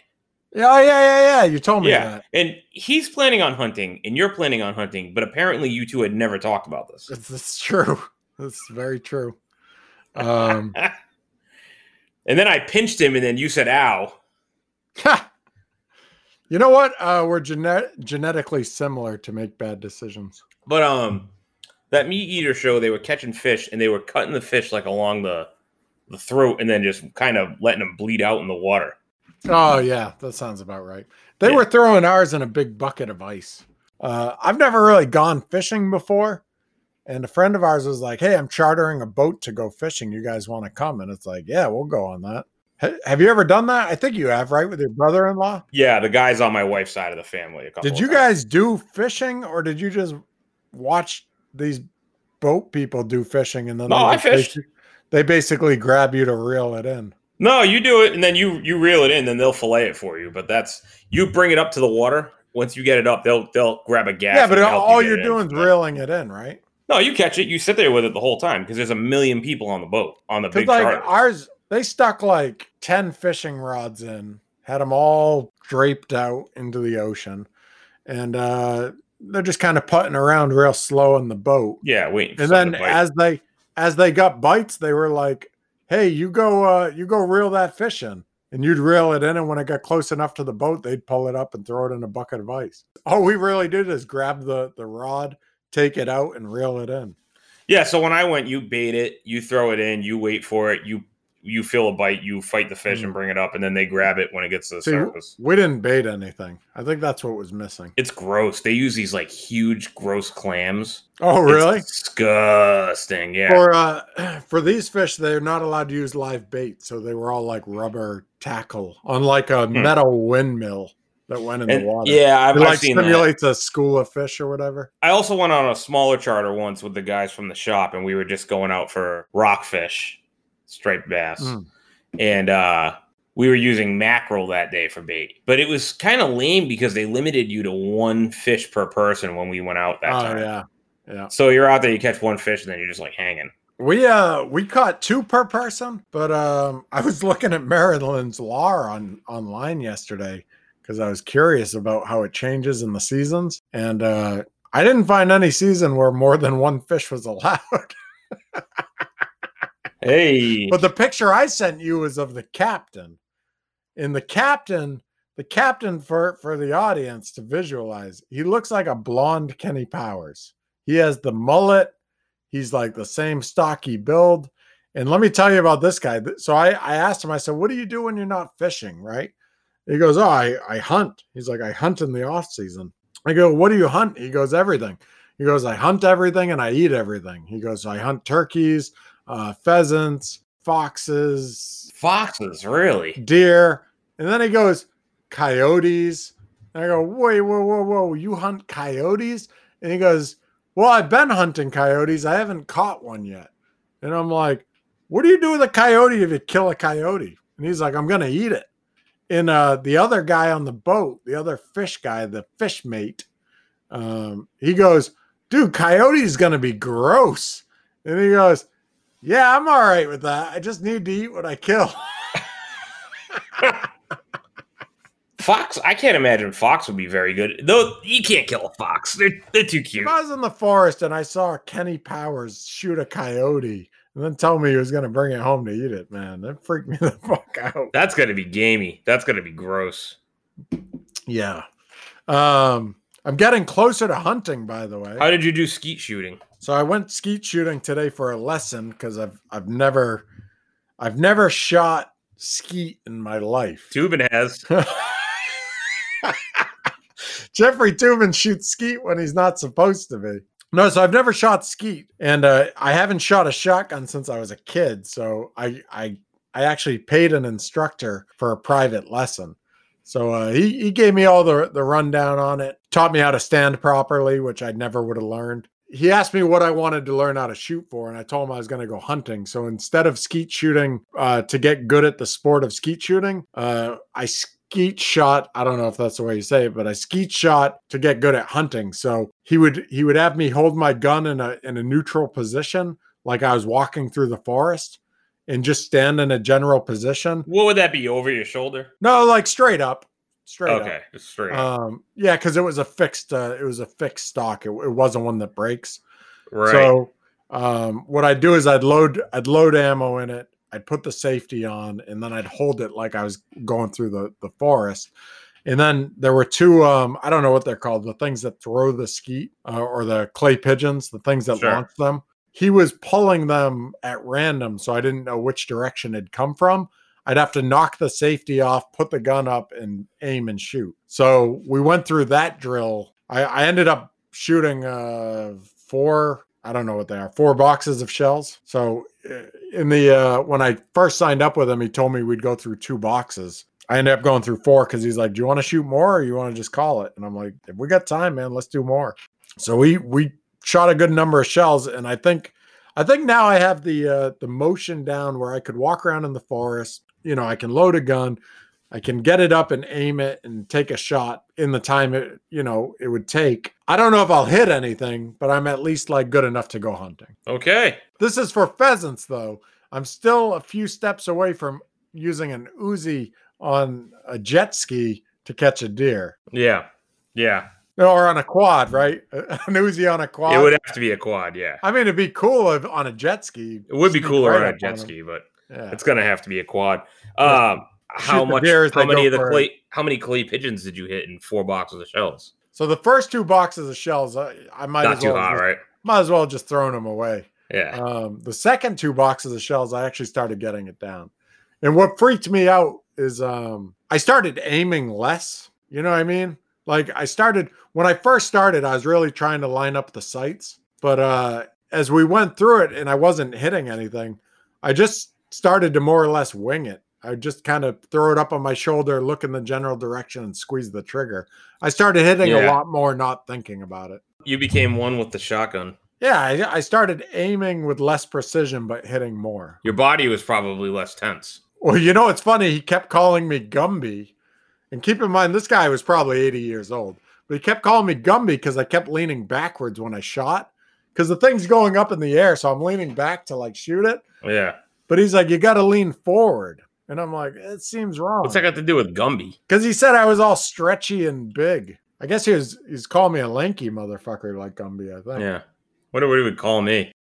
Yeah, oh, yeah, yeah, yeah. You told me
Yeah,
that.
and he's planning on hunting, and you're planning on hunting, but apparently you two had never talked about this.
It's, it's true. It's very true. Um,
And then I pinched him, and then you said, "Ow."
you know what? Uh, we're genet- genetically similar to make bad decisions.
But um, that meat eater show, they were catching fish, and they were cutting the fish like along the the throat, and then just kind of letting them bleed out in the water.
Oh yeah, that sounds about right. They
Yeah.
were throwing ours in a big bucket of ice. Uh, I've never really gone fishing before, and a friend of ours was like, "Hey, I'm chartering a boat to go fishing. You guys want to come?" And it's like, "Yeah, we'll go on that." Ha- Have you ever done that? I think you have, right, with your brother-in-law.
Yeah, the guys on my wife's side of the family. A couple
Did
of
you
times.
guys do fishing, or did you just watch these boat people do fishing and then
No, I
just
fished.
basi- They basically grab you to reel it in.
No, you do it, and then you you reel it in, then they'll fillet it for you. But that's you bring it up to the water. Once you get it up, they'll they'll grab a gaff.
yeah,
and
but
help you
all
get
you're
it in
doing is
from there.
reeling it in, right?
No, you catch it. You sit there with it the whole time because there's a million people on the boat on the
Because
big
like uh,
charter.
ours, they stuck like ten fishing rods in, had them all draped out into the ocean, and uh, they're just kind of putting around real slow in the boat.
yeah, wait.
And then as they as they got bites, they were like, "Hey, you go, uh, you go reel that fish in." And you'd reel it in, and when it got close enough to the boat, they'd pull it up and throw it in a bucket of ice. All we really did is grab the the rod, take it out, and reel it in.
yeah, so when I went, you bait it, you throw it in, you wait for it, you you feel a bite, you fight the fish and
Mm.
bring it up, and then they grab it when it gets to the
So you-
surface.
We didn't bait anything. I think that's what was missing.
It's gross. They use these like huge, gross clams.
Oh,
It's
really?
disgusting. Yeah.
For uh, for these fish, they're not allowed to use live bait, so they were all like rubber tackle on like a
Hmm.
metal windmill that went in
And-
the water.
yeah, I've,
it
I've
like
seen that.
stimulates a school of fish or whatever.
I also went on a smaller charter once with the guys from the shop, and we were just going out for rockfish, striped bass,
Mm.
and uh, we were using mackerel that day for bait. But it was kind of lame because they limited you to one fish per person when we went out that
oh
time.
yeah, yeah.
So you're out there, you catch one fish, and then you're just like hanging.
We uh we caught two per person, but um I was looking at Maryland's law on online yesterday because I was curious about how it changes in the seasons, and uh I didn't find any season where more than one fish was allowed.
Hey,
But the picture I sent you was of the captain. And the captain, the captain for for the audience to visualize, he looks like a blonde Kenny Powers. He has the mullet. He's like the same stocky build. And let me tell you about this guy. Th- So I, I asked him, I said, what do you do when you're not fishing? Right. He goes, Oh, I, I hunt. He's like, I hunt in the off season. I go, What do you hunt? He goes, Everything. He goes, I hunt everything and I eat everything. He goes, I hunt turkeys, uh, pheasants, foxes,
foxes, really?
deer. And then he goes, coyotes. And I go, wait, whoa, whoa, whoa, you hunt coyotes? And he goes, well, I've been hunting coyotes. I haven't caught one yet. And I'm like, what do you do with a coyote if you kill a coyote? And he's like, I'm going to eat it. And uh, the other guy on the boat, the other fish guy, the fish mate, um, he goes, dude, coyote's going to be gross. And he goes, Yeah, I'm all right with that. I just need to eat what I kill.
Fox, I can't imagine Fox would be very good. Though you can't kill a fox. They're they're too
if
cute.
I was in the forest and I saw Kenny Powers shoot a coyote and then tell me he was going to bring it home to eat it, man, that freaked me the fuck out.
That's gonna be gamey. That's gonna be gross.
Yeah. Um, I'm getting closer to hunting, by the way.
How did you do skeet shooting?
So I went skeet shooting today for a lesson because I've I've never I've never shot skeet in my life.
Tubin has.
Jeffrey Tubin shoots skeet when he's not supposed to be. No, so I've never shot skeet, and uh, I haven't shot a shotgun since I was a kid. So I I I actually paid an instructor for a private lesson. So uh, he he gave me all the the rundown on it, taught me how to stand properly, which I never would have learned. He asked me what I wanted to learn how to shoot for, and I told him I was going to go hunting. So instead of skeet shooting, uh, to get good at the sport of skeet shooting, uh, I skeet shot. I don't know if that's the way you say it, but I skeet shot to get good at hunting. So he would he would have me hold my gun in a in a neutral position, like I was walking through the forest, and just stand in a general position.
What would that be over your shoulder?
No, like straight up, straight up.
okay, just straight up.
Um, yeah, because it was a fixed, uh, it was a fixed stock. It, it wasn't one that breaks.
right.
Uh, So, um, what I do is I'd load, I'd load ammo in it. I'd put the safety on, and then I'd hold it like I was going through the the forest. And then there were two, um, I don't know what they're called, the things that throw the skeet uh, or the clay pigeons, the things that
Sure.
launch them. He was pulling them at random, so I didn't know which direction it'd come from. I'd have to knock the safety off, put the gun up, and aim and shoot. So we went through that drill. I, I ended up shooting uh, four. I don't know what they are. Four boxes of shells. So uh, in the uh, when I first signed up with him, he told me we'd go through two boxes. I ended up going through four because he's like, "Do you want to shoot more, or you want to just call it?" And I'm like, "If we got time, man, let's do more." So we we shot a good number of shells, and I think I think now I have the uh, the motion down where I could walk around in the forest. You know, I can load a gun, I can get it up and aim it and take a shot in the time it you know it would take. I don't know if I'll hit anything, but I'm at least like good enough to go hunting.
okay.
This is for pheasants though. I'm still a few steps away from using an Uzi on a jet ski to catch a deer
Yeah. Yeah.
or on a quad, right? An Uzi on a quad.
It would have to be a quad. Yeah.
I mean, it'd be cool if on a jet ski.
It would be
sneak
cooler
right
on
up
a jet
them.
ski, but
Yeah.
it's gonna have to be a quad.
Yeah.
Um, how
the
much?
deer as
How
they
many
go
of the
for-
clay? How many clay pigeons did you hit in four boxes of shells?
So the first two boxes of shells, I, I might
Not
as
too
well
hot,
just,
right?
might as well just thrown them away.
Yeah.
Um, the second two boxes of shells, I actually started getting it down. And what freaked me out is um, I started aiming less. You know what I mean? Like I started when I first started, I was really trying to line up the sights. But uh, as we went through it, and I wasn't hitting anything, I just started to more or less wing it. I would just kind of throw it up on my shoulder, look in the general direction, and squeeze the trigger. I started hitting a
Yeah.
lot more, not thinking about it.
you became one with the shotgun.
Yeah, I, I started aiming with less precision but hitting more.
Your body was probably less tense.
Well, you know, it's funny. He kept calling me Gumby. And keep in mind, this guy was probably 80 years old, but he kept calling me Gumby because I kept leaning backwards when I shot because the thing's going up in the air. So I'm leaning back to like shoot it.
Yeah.
But he's like, you got to lean forward. And I'm like, it seems wrong.
What's that got to do with Gumby?
Because he said I was all stretchy and big. I guess he was, he's calling me a lanky motherfucker like Gumby, I think.
Yeah. Wonder what he would call me.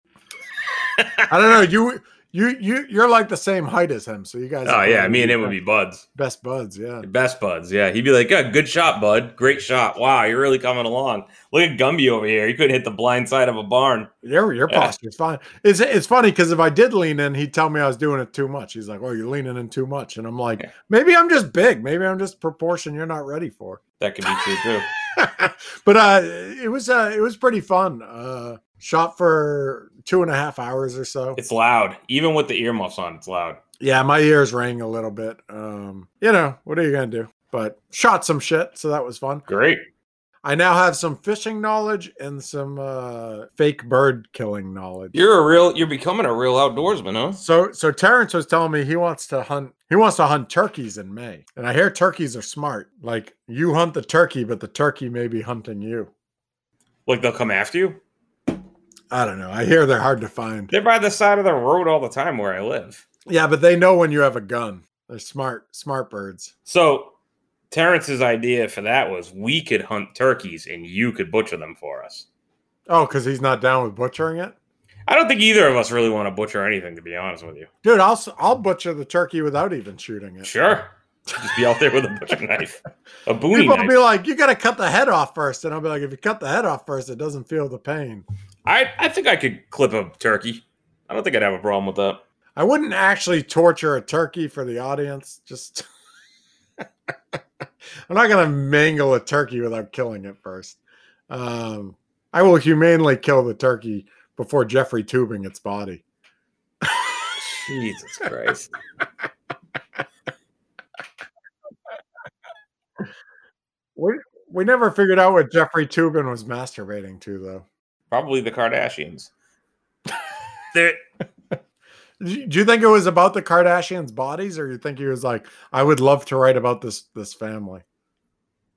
I don't know. You you you you're like the same height as him, so you guys.
Oh yeah, me and him would be buds.
best buds. Yeah,
Best buds, yeah. He'd be like, "Yeah, good shot, bud. Great shot. Wow, you're really coming along. Look at Gumby over here. He couldn't hit the blind side of a barn."
your your
Yeah.
posture's fine. It's it's funny because if I did lean in, he'd tell me I was doing it too much. He's like, "Oh, you're leaning in too much," and I'm like,
Yeah.
"Maybe I'm just big. Maybe I'm just proportion you're not ready for."
That could be true too.
but uh, it was uh, it was pretty fun. Uh, shot for two and a half hours or so.
It's loud, even with the earmuffs on. It's loud.
Yeah, my ears rang a little bit. Um, you know, what are you gonna do? But shot some shit, so that was fun.
Great.
I now have some fishing knowledge and some uh, fake bird killing knowledge.
You're a real. You're becoming a real outdoorsman, huh?
So, so Terrence was telling me he wants to hunt. He wants to hunt turkeys in May, and I hear turkeys are smart. Like you hunt the turkey, but the turkey may be hunting you.
Like they'll come after you.
I don't know. I hear they're hard to find.
They're by the side of the road all the time where I live.
Yeah, but they know when you have a gun. They're smart, smart birds.
So Terrence's idea for that was we could hunt turkeys and you could butcher them for us.
Oh, because he's not down with butchering it,
I don't think either of us really want to butcher anything, to be honest with you.
dude. I'll s- I'll butcher the turkey without even shooting it.
Sure. Just be out there with a butcher knife. A boonie
People
knife.
will be like, "You got to cut the head off first. and I'll be like, "If you cut the head off first, it doesn't feel the pain."
I, I think I could clip a turkey. I don't think I'd have a problem with that.
I wouldn't actually torture a turkey for the audience. Just I'm not gonna mangle a turkey without killing it first. Um, I will humanely kill the turkey before Jeffrey tubing its body.
Jesus Christ.
We we never figured out what Jeffrey Tubin was masturbating to though.
Probably the Kardashians. They're,
Do you- do you think it was about the Kardashians' bodies, or you think he was like, "I would love to write about this this family"?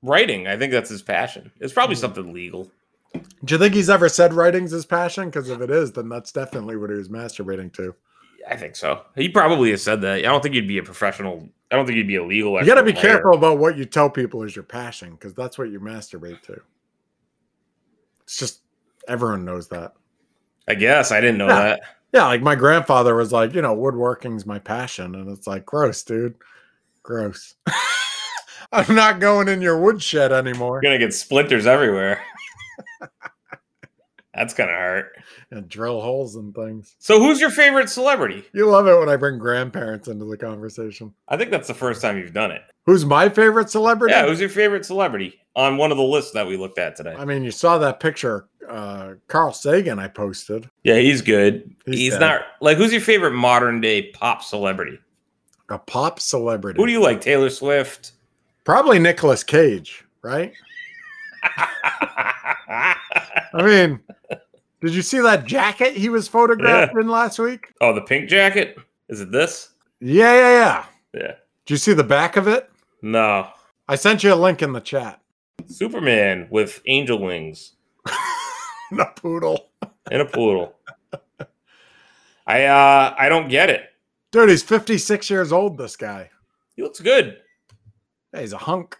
writing, I think that's his passion. It's probably
Hmm.
something legal.
Do you think he's ever said writing's his passion? Because if it is, then that's definitely what he was masturbating to.
I think so. He probably has said that. I don't think you'd be a professional. I don't think you'd be a legal.
You got to
expert
be
lawyer.
careful about what you tell people is your passion, because that's what you masturbate to. It's just everyone knows that.
I guess I didn't know
Yeah.
that.
Yeah, like my grandfather was like, you know, woodworking's my passion, and it's like, gross, dude, gross. I'm not going in your woodshed anymore.
You're gonna get splinters everywhere. That's gonna hurt.
and drill holes and things.
So, who's your favorite celebrity?
You love it when I bring grandparents into the conversation.
I think that's the first time you've done it.
Who's my favorite celebrity?
Yeah, who's your favorite celebrity on one of the lists that we looked at today?
I mean, you saw that picture, uh, Carl Sagan I posted.
Yeah, he's good.
He's
He's,
dead.
not like who's your favorite modern day pop celebrity?
A pop celebrity.
Who do you like? Taylor Swift.
Probably Nicolas Cage, right? I mean, did you see that jacket he was photographed in last week?
oh, the pink jacket. Is it this?
Yeah, yeah, yeah.
Yeah.
Did you see the back of it?
No.
I sent you a link in the chat.
Superman with angel wings
the poodle.
and a poodle. I uh I don't get it.
Dude, he's 56 years old, this guy.
He looks good.
Yeah, he's a hunk.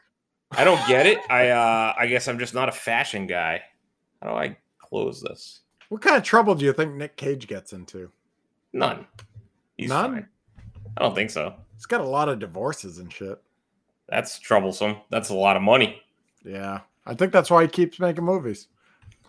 I don't get it. I uh I guess I'm just not a fashion guy. How do I close this?
What kind of trouble do you think Nick Cage gets into?
None. He's
None?
fine. I don't think so.
He's got a lot of divorces and shit.
That's troublesome. That's a lot of money.
Yeah, I think that's why he keeps making movies.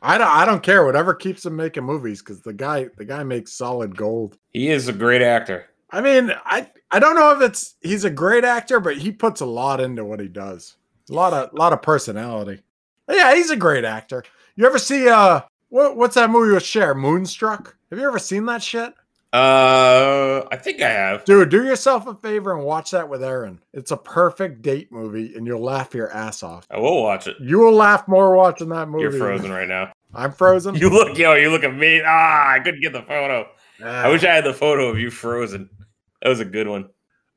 I don't, I don't care whatever keeps him making movies because the guy the guy makes solid gold.
He is a great actor.
I mean, I I don't know if it's he's a great actor, but he puts a lot into what he does. A lot of lot of personality. Yeah, he's a great actor. You ever see uh what what's that movie with Cher Moonstruck? Have you ever seen that shit?
Uh I think I have.
Dude, do yourself a favor and watch that with Aaron. It's a perfect date movie, and you'll laugh your ass off.
I will watch it.
You will laugh more watching that movie.
You're
than-
frozen right now.
I'm frozen.
You look yo, you look amazing. Ah, I couldn't get the photo. I wish I had the photo of you frozen. That was a good one.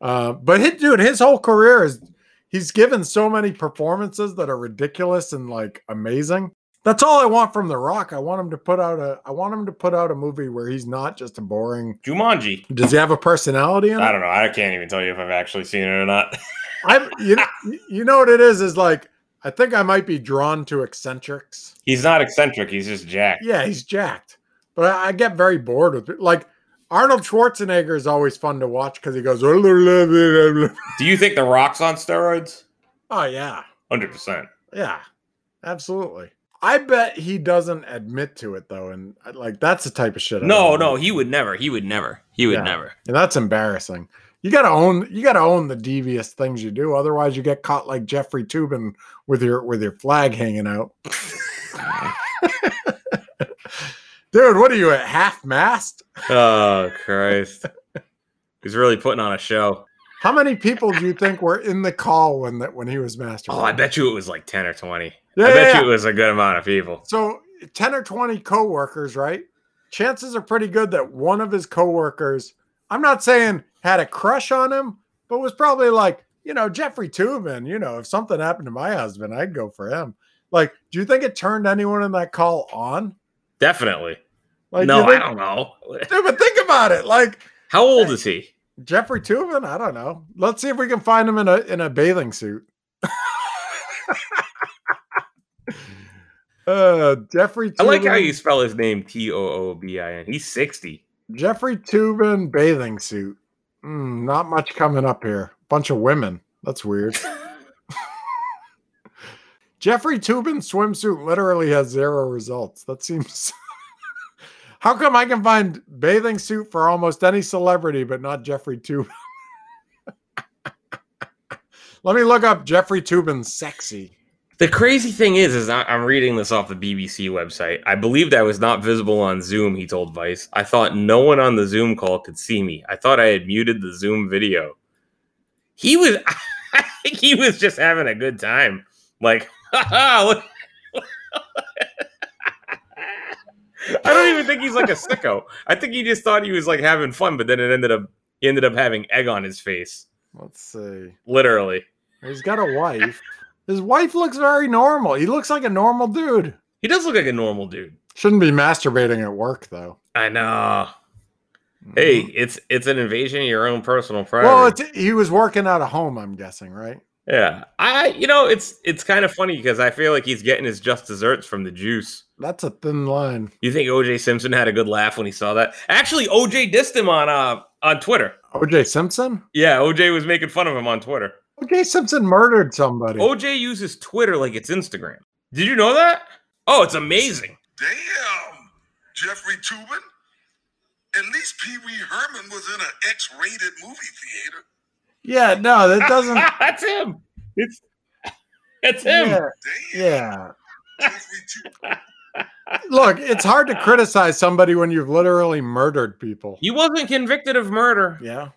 Uh, but his, dude, his whole career is he's given so many performances that are ridiculous and like amazing. That's all I want from The Rock. I want him to put out a I want him to put out a movie where he's not just a boring.
Jumanji.
Does he have a personality in
I
it?
don't know. I can't even tell you if I've actually seen it or not.
I'm you know, you know what it is is like I think I might be drawn to eccentrics.
He's not eccentric. He's just jacked.
Yeah, he's jacked. But I, I get very bored with it. Like Arnold Schwarzenegger is always fun to watch because he goes. Oh
Do you think The Rock's on steroids?
yeah.
Hundred percent.
Yeah, absolutely. I bet he doesn't admit to it though, and uh, like that's the type of shit. I
No,
don't
no,
like.
he would never. He would never. He would
Yeah.
never.
and that's embarrassing. You gotta own. You gotta own the devious things you do. Otherwise, you get caught like Jeffrey Tubin with your with your flag hanging out. Dude, what are you at half mast?
Oh Christ! He's really putting on a show.
How many people do you think were in the call when that when he was masturbating?
Oh, I bet you it was like ten or twenty.
Yeah,
I bet
yeah,
you it was a good amount of people.
So 10 or 20 coworkers, right? Chances are pretty good that one of his coworkers, I'm not saying had a crush on him, but was probably like, you know, Jeffrey Tubin, you know, if something happened to my husband, I'd go for him. Like, do you think it turned anyone in that call on?
Definitely.
Like,
no,
you think-
I don't know.
Dude, but think about it. Like
How old is he?
Jeffrey Tubin, I don't know. Let's see if we can find him in a in a bathing suit. uh, Jeffrey. Tubin,
I like how you spell his name T O O B I N. He's 60.
Jeffrey Tubin bathing suit. Hmm, not much coming up here. Bunch of women. That's weird. Jeffrey Tubin swimsuit literally has zero results. That seems. How come I can find bathing suit for almost any celebrity, but not Jeffrey Tubin? Let me look up Jeffrey Tubin sexy.
The crazy thing is, is I- I'm reading this off the BBC website. I believed I was not visible on Zoom. He told Vice. I thought no one on the Zoom call could see me. I thought I had muted the Zoom video. He was. I think he was just having a good time. Like, look. I don't even think he's like a sicko. I think he just thought he was like having fun, but then it ended up he ended up having egg on his face,
Let's see.
literally.
He's got a wife. His wife looks very normal. He looks like a normal dude.
He does look like a normal dude.
Shouldn't be masturbating at work though.
I know. Hey, it's it's an invasion of your own personal privacy.
Mm-hmm. Well, it's, he was working out of home, I'm guessing, right?
yeah, I you know it's it's kind of funny because I feel like he's getting his just desserts from the juice.
That's a thin line.
You think OJ Simpson had a good laugh when he saw that? Actually, OJ dissed him on uh on Twitter.
OJ Simpson?
Yeah, OJ was making fun of him on Twitter.
OJ Simpson murdered somebody.
OJ uses Twitter like it's Instagram. Did you know that? Oh, it's amazing.
Damn, Jeffrey Tubin. At least Pee Wee Herman was in an X rated movie theater.
Yeah, no, that doesn't.
That's him. It's that's him.
yeah,
Damn,
yeah.
Jeffrey Tubin.
Look, it's hard to criticize somebody when you've literally murdered people.
He wasn't convicted of murder.
Yeah.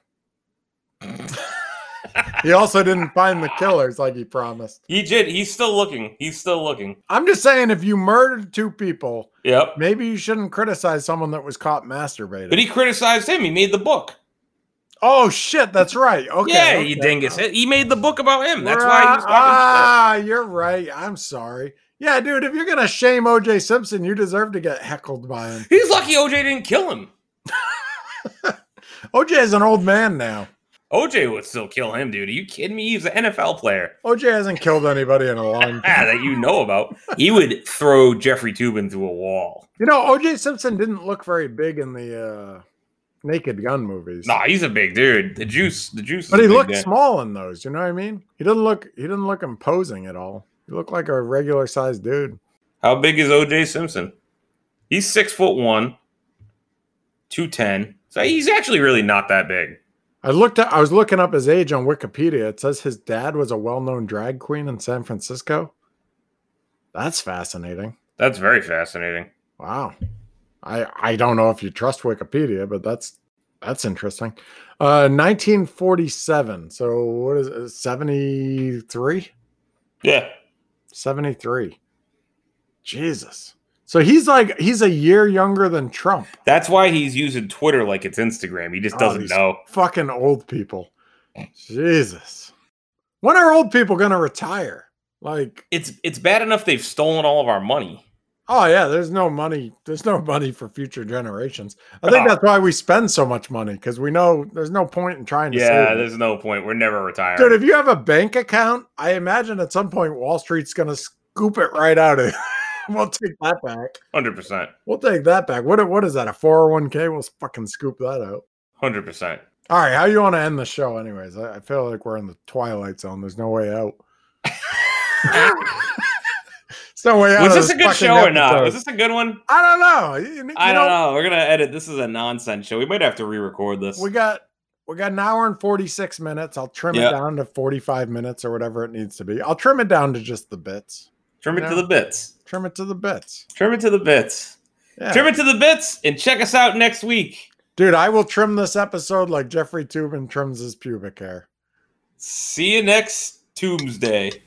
he also didn't find the killers like he promised.
He did. He's still looking. He's still looking.
I'm just saying, if you murdered two people,
Yep.
maybe you shouldn't criticize someone that was caught masturbating.
But he criticized him. He made the book.
oh shit, that's right. Okay,
yeah,
okay.
you dingus. He made the book about him. That's
We're
why
on-
he's talking
Ah, you're right. I'm sorry. Yeah, dude, if you're gonna shame OJ Simpson, you deserve to get heckled by him.
shit. He's lucky OJ didn't kill him.
OJ is an old man now.
OJ would still kill him, dude. Are you kidding me? He's an NFL player.
OJ hasn't killed anybody in a long
Ah,
time.
that you know about. He would throw Jeffrey Tubin through a wall.
You know, OJ Simpson didn't look very big in the uh, Naked Gun movies.
Nah, he's a big dude. The juice, the juice. is
but
a
he
big
looked
guy.
small in those. You know what I mean? He didn't look. He didn't look imposing at all. He looked like a regular sized dude.
How big is OJ Simpson? He's six foot one, two ten. So he's actually really not that big.
I looked at, I was looking up his age on Wikipedia. It says his dad was a well-known drag queen in San Francisco. That's fascinating.
That's very fascinating.
Wow. I I don't know if you trust Wikipedia, but that's that's interesting. Uh 1947. So what is it? 73?
Yeah,
73. Jesus. So he's like he's a year younger than Trump.
That's why he's using Twitter like it's Instagram. He just
Oh,
doesn't
these-
know.
Fucking old people. Jesus. When are old people going to retire? Like
It's it's bad enough they've stolen all of our money.
Oh yeah, there's no money. There's no money for future generations. I think
Ah.
that's why we spend so much money because we know there's no point in trying to
Yeah,
save. it.
there's no point. We're never retiring.
Dude, if you have a bank account, I imagine at some point Wall Street's gonna scoop it right out of. we'll take that back.
Hundred percent,
We'll take that back. What what is that? A four hundred one k? We'll fucking scoop that out.
hundred percent.
All right, how you want to end the show? Anyways, I, I feel like we're in the twilight zone. There's no way out. There's no way out.
Was
of
this a good
fucking
show or not?
episode.
Was this a good one?
I don't know. You- you
I
know-
don't know. We're gonna edit. This is a nonsense show. We might have to re-record this.
we got we got an hour and 46 minutes i'll trim
Yeah.
it down to 45 minutes or whatever it needs to be i'll trim it down to just the bits
Trim it
no.
to the bits.
trim it to the bits
Trim it to the bits.
yeah.
Trim it to the bits, and check us out next week.
dude i will trim this episode like jeffrey tubin trims his pubic hair
See you next Tuesday.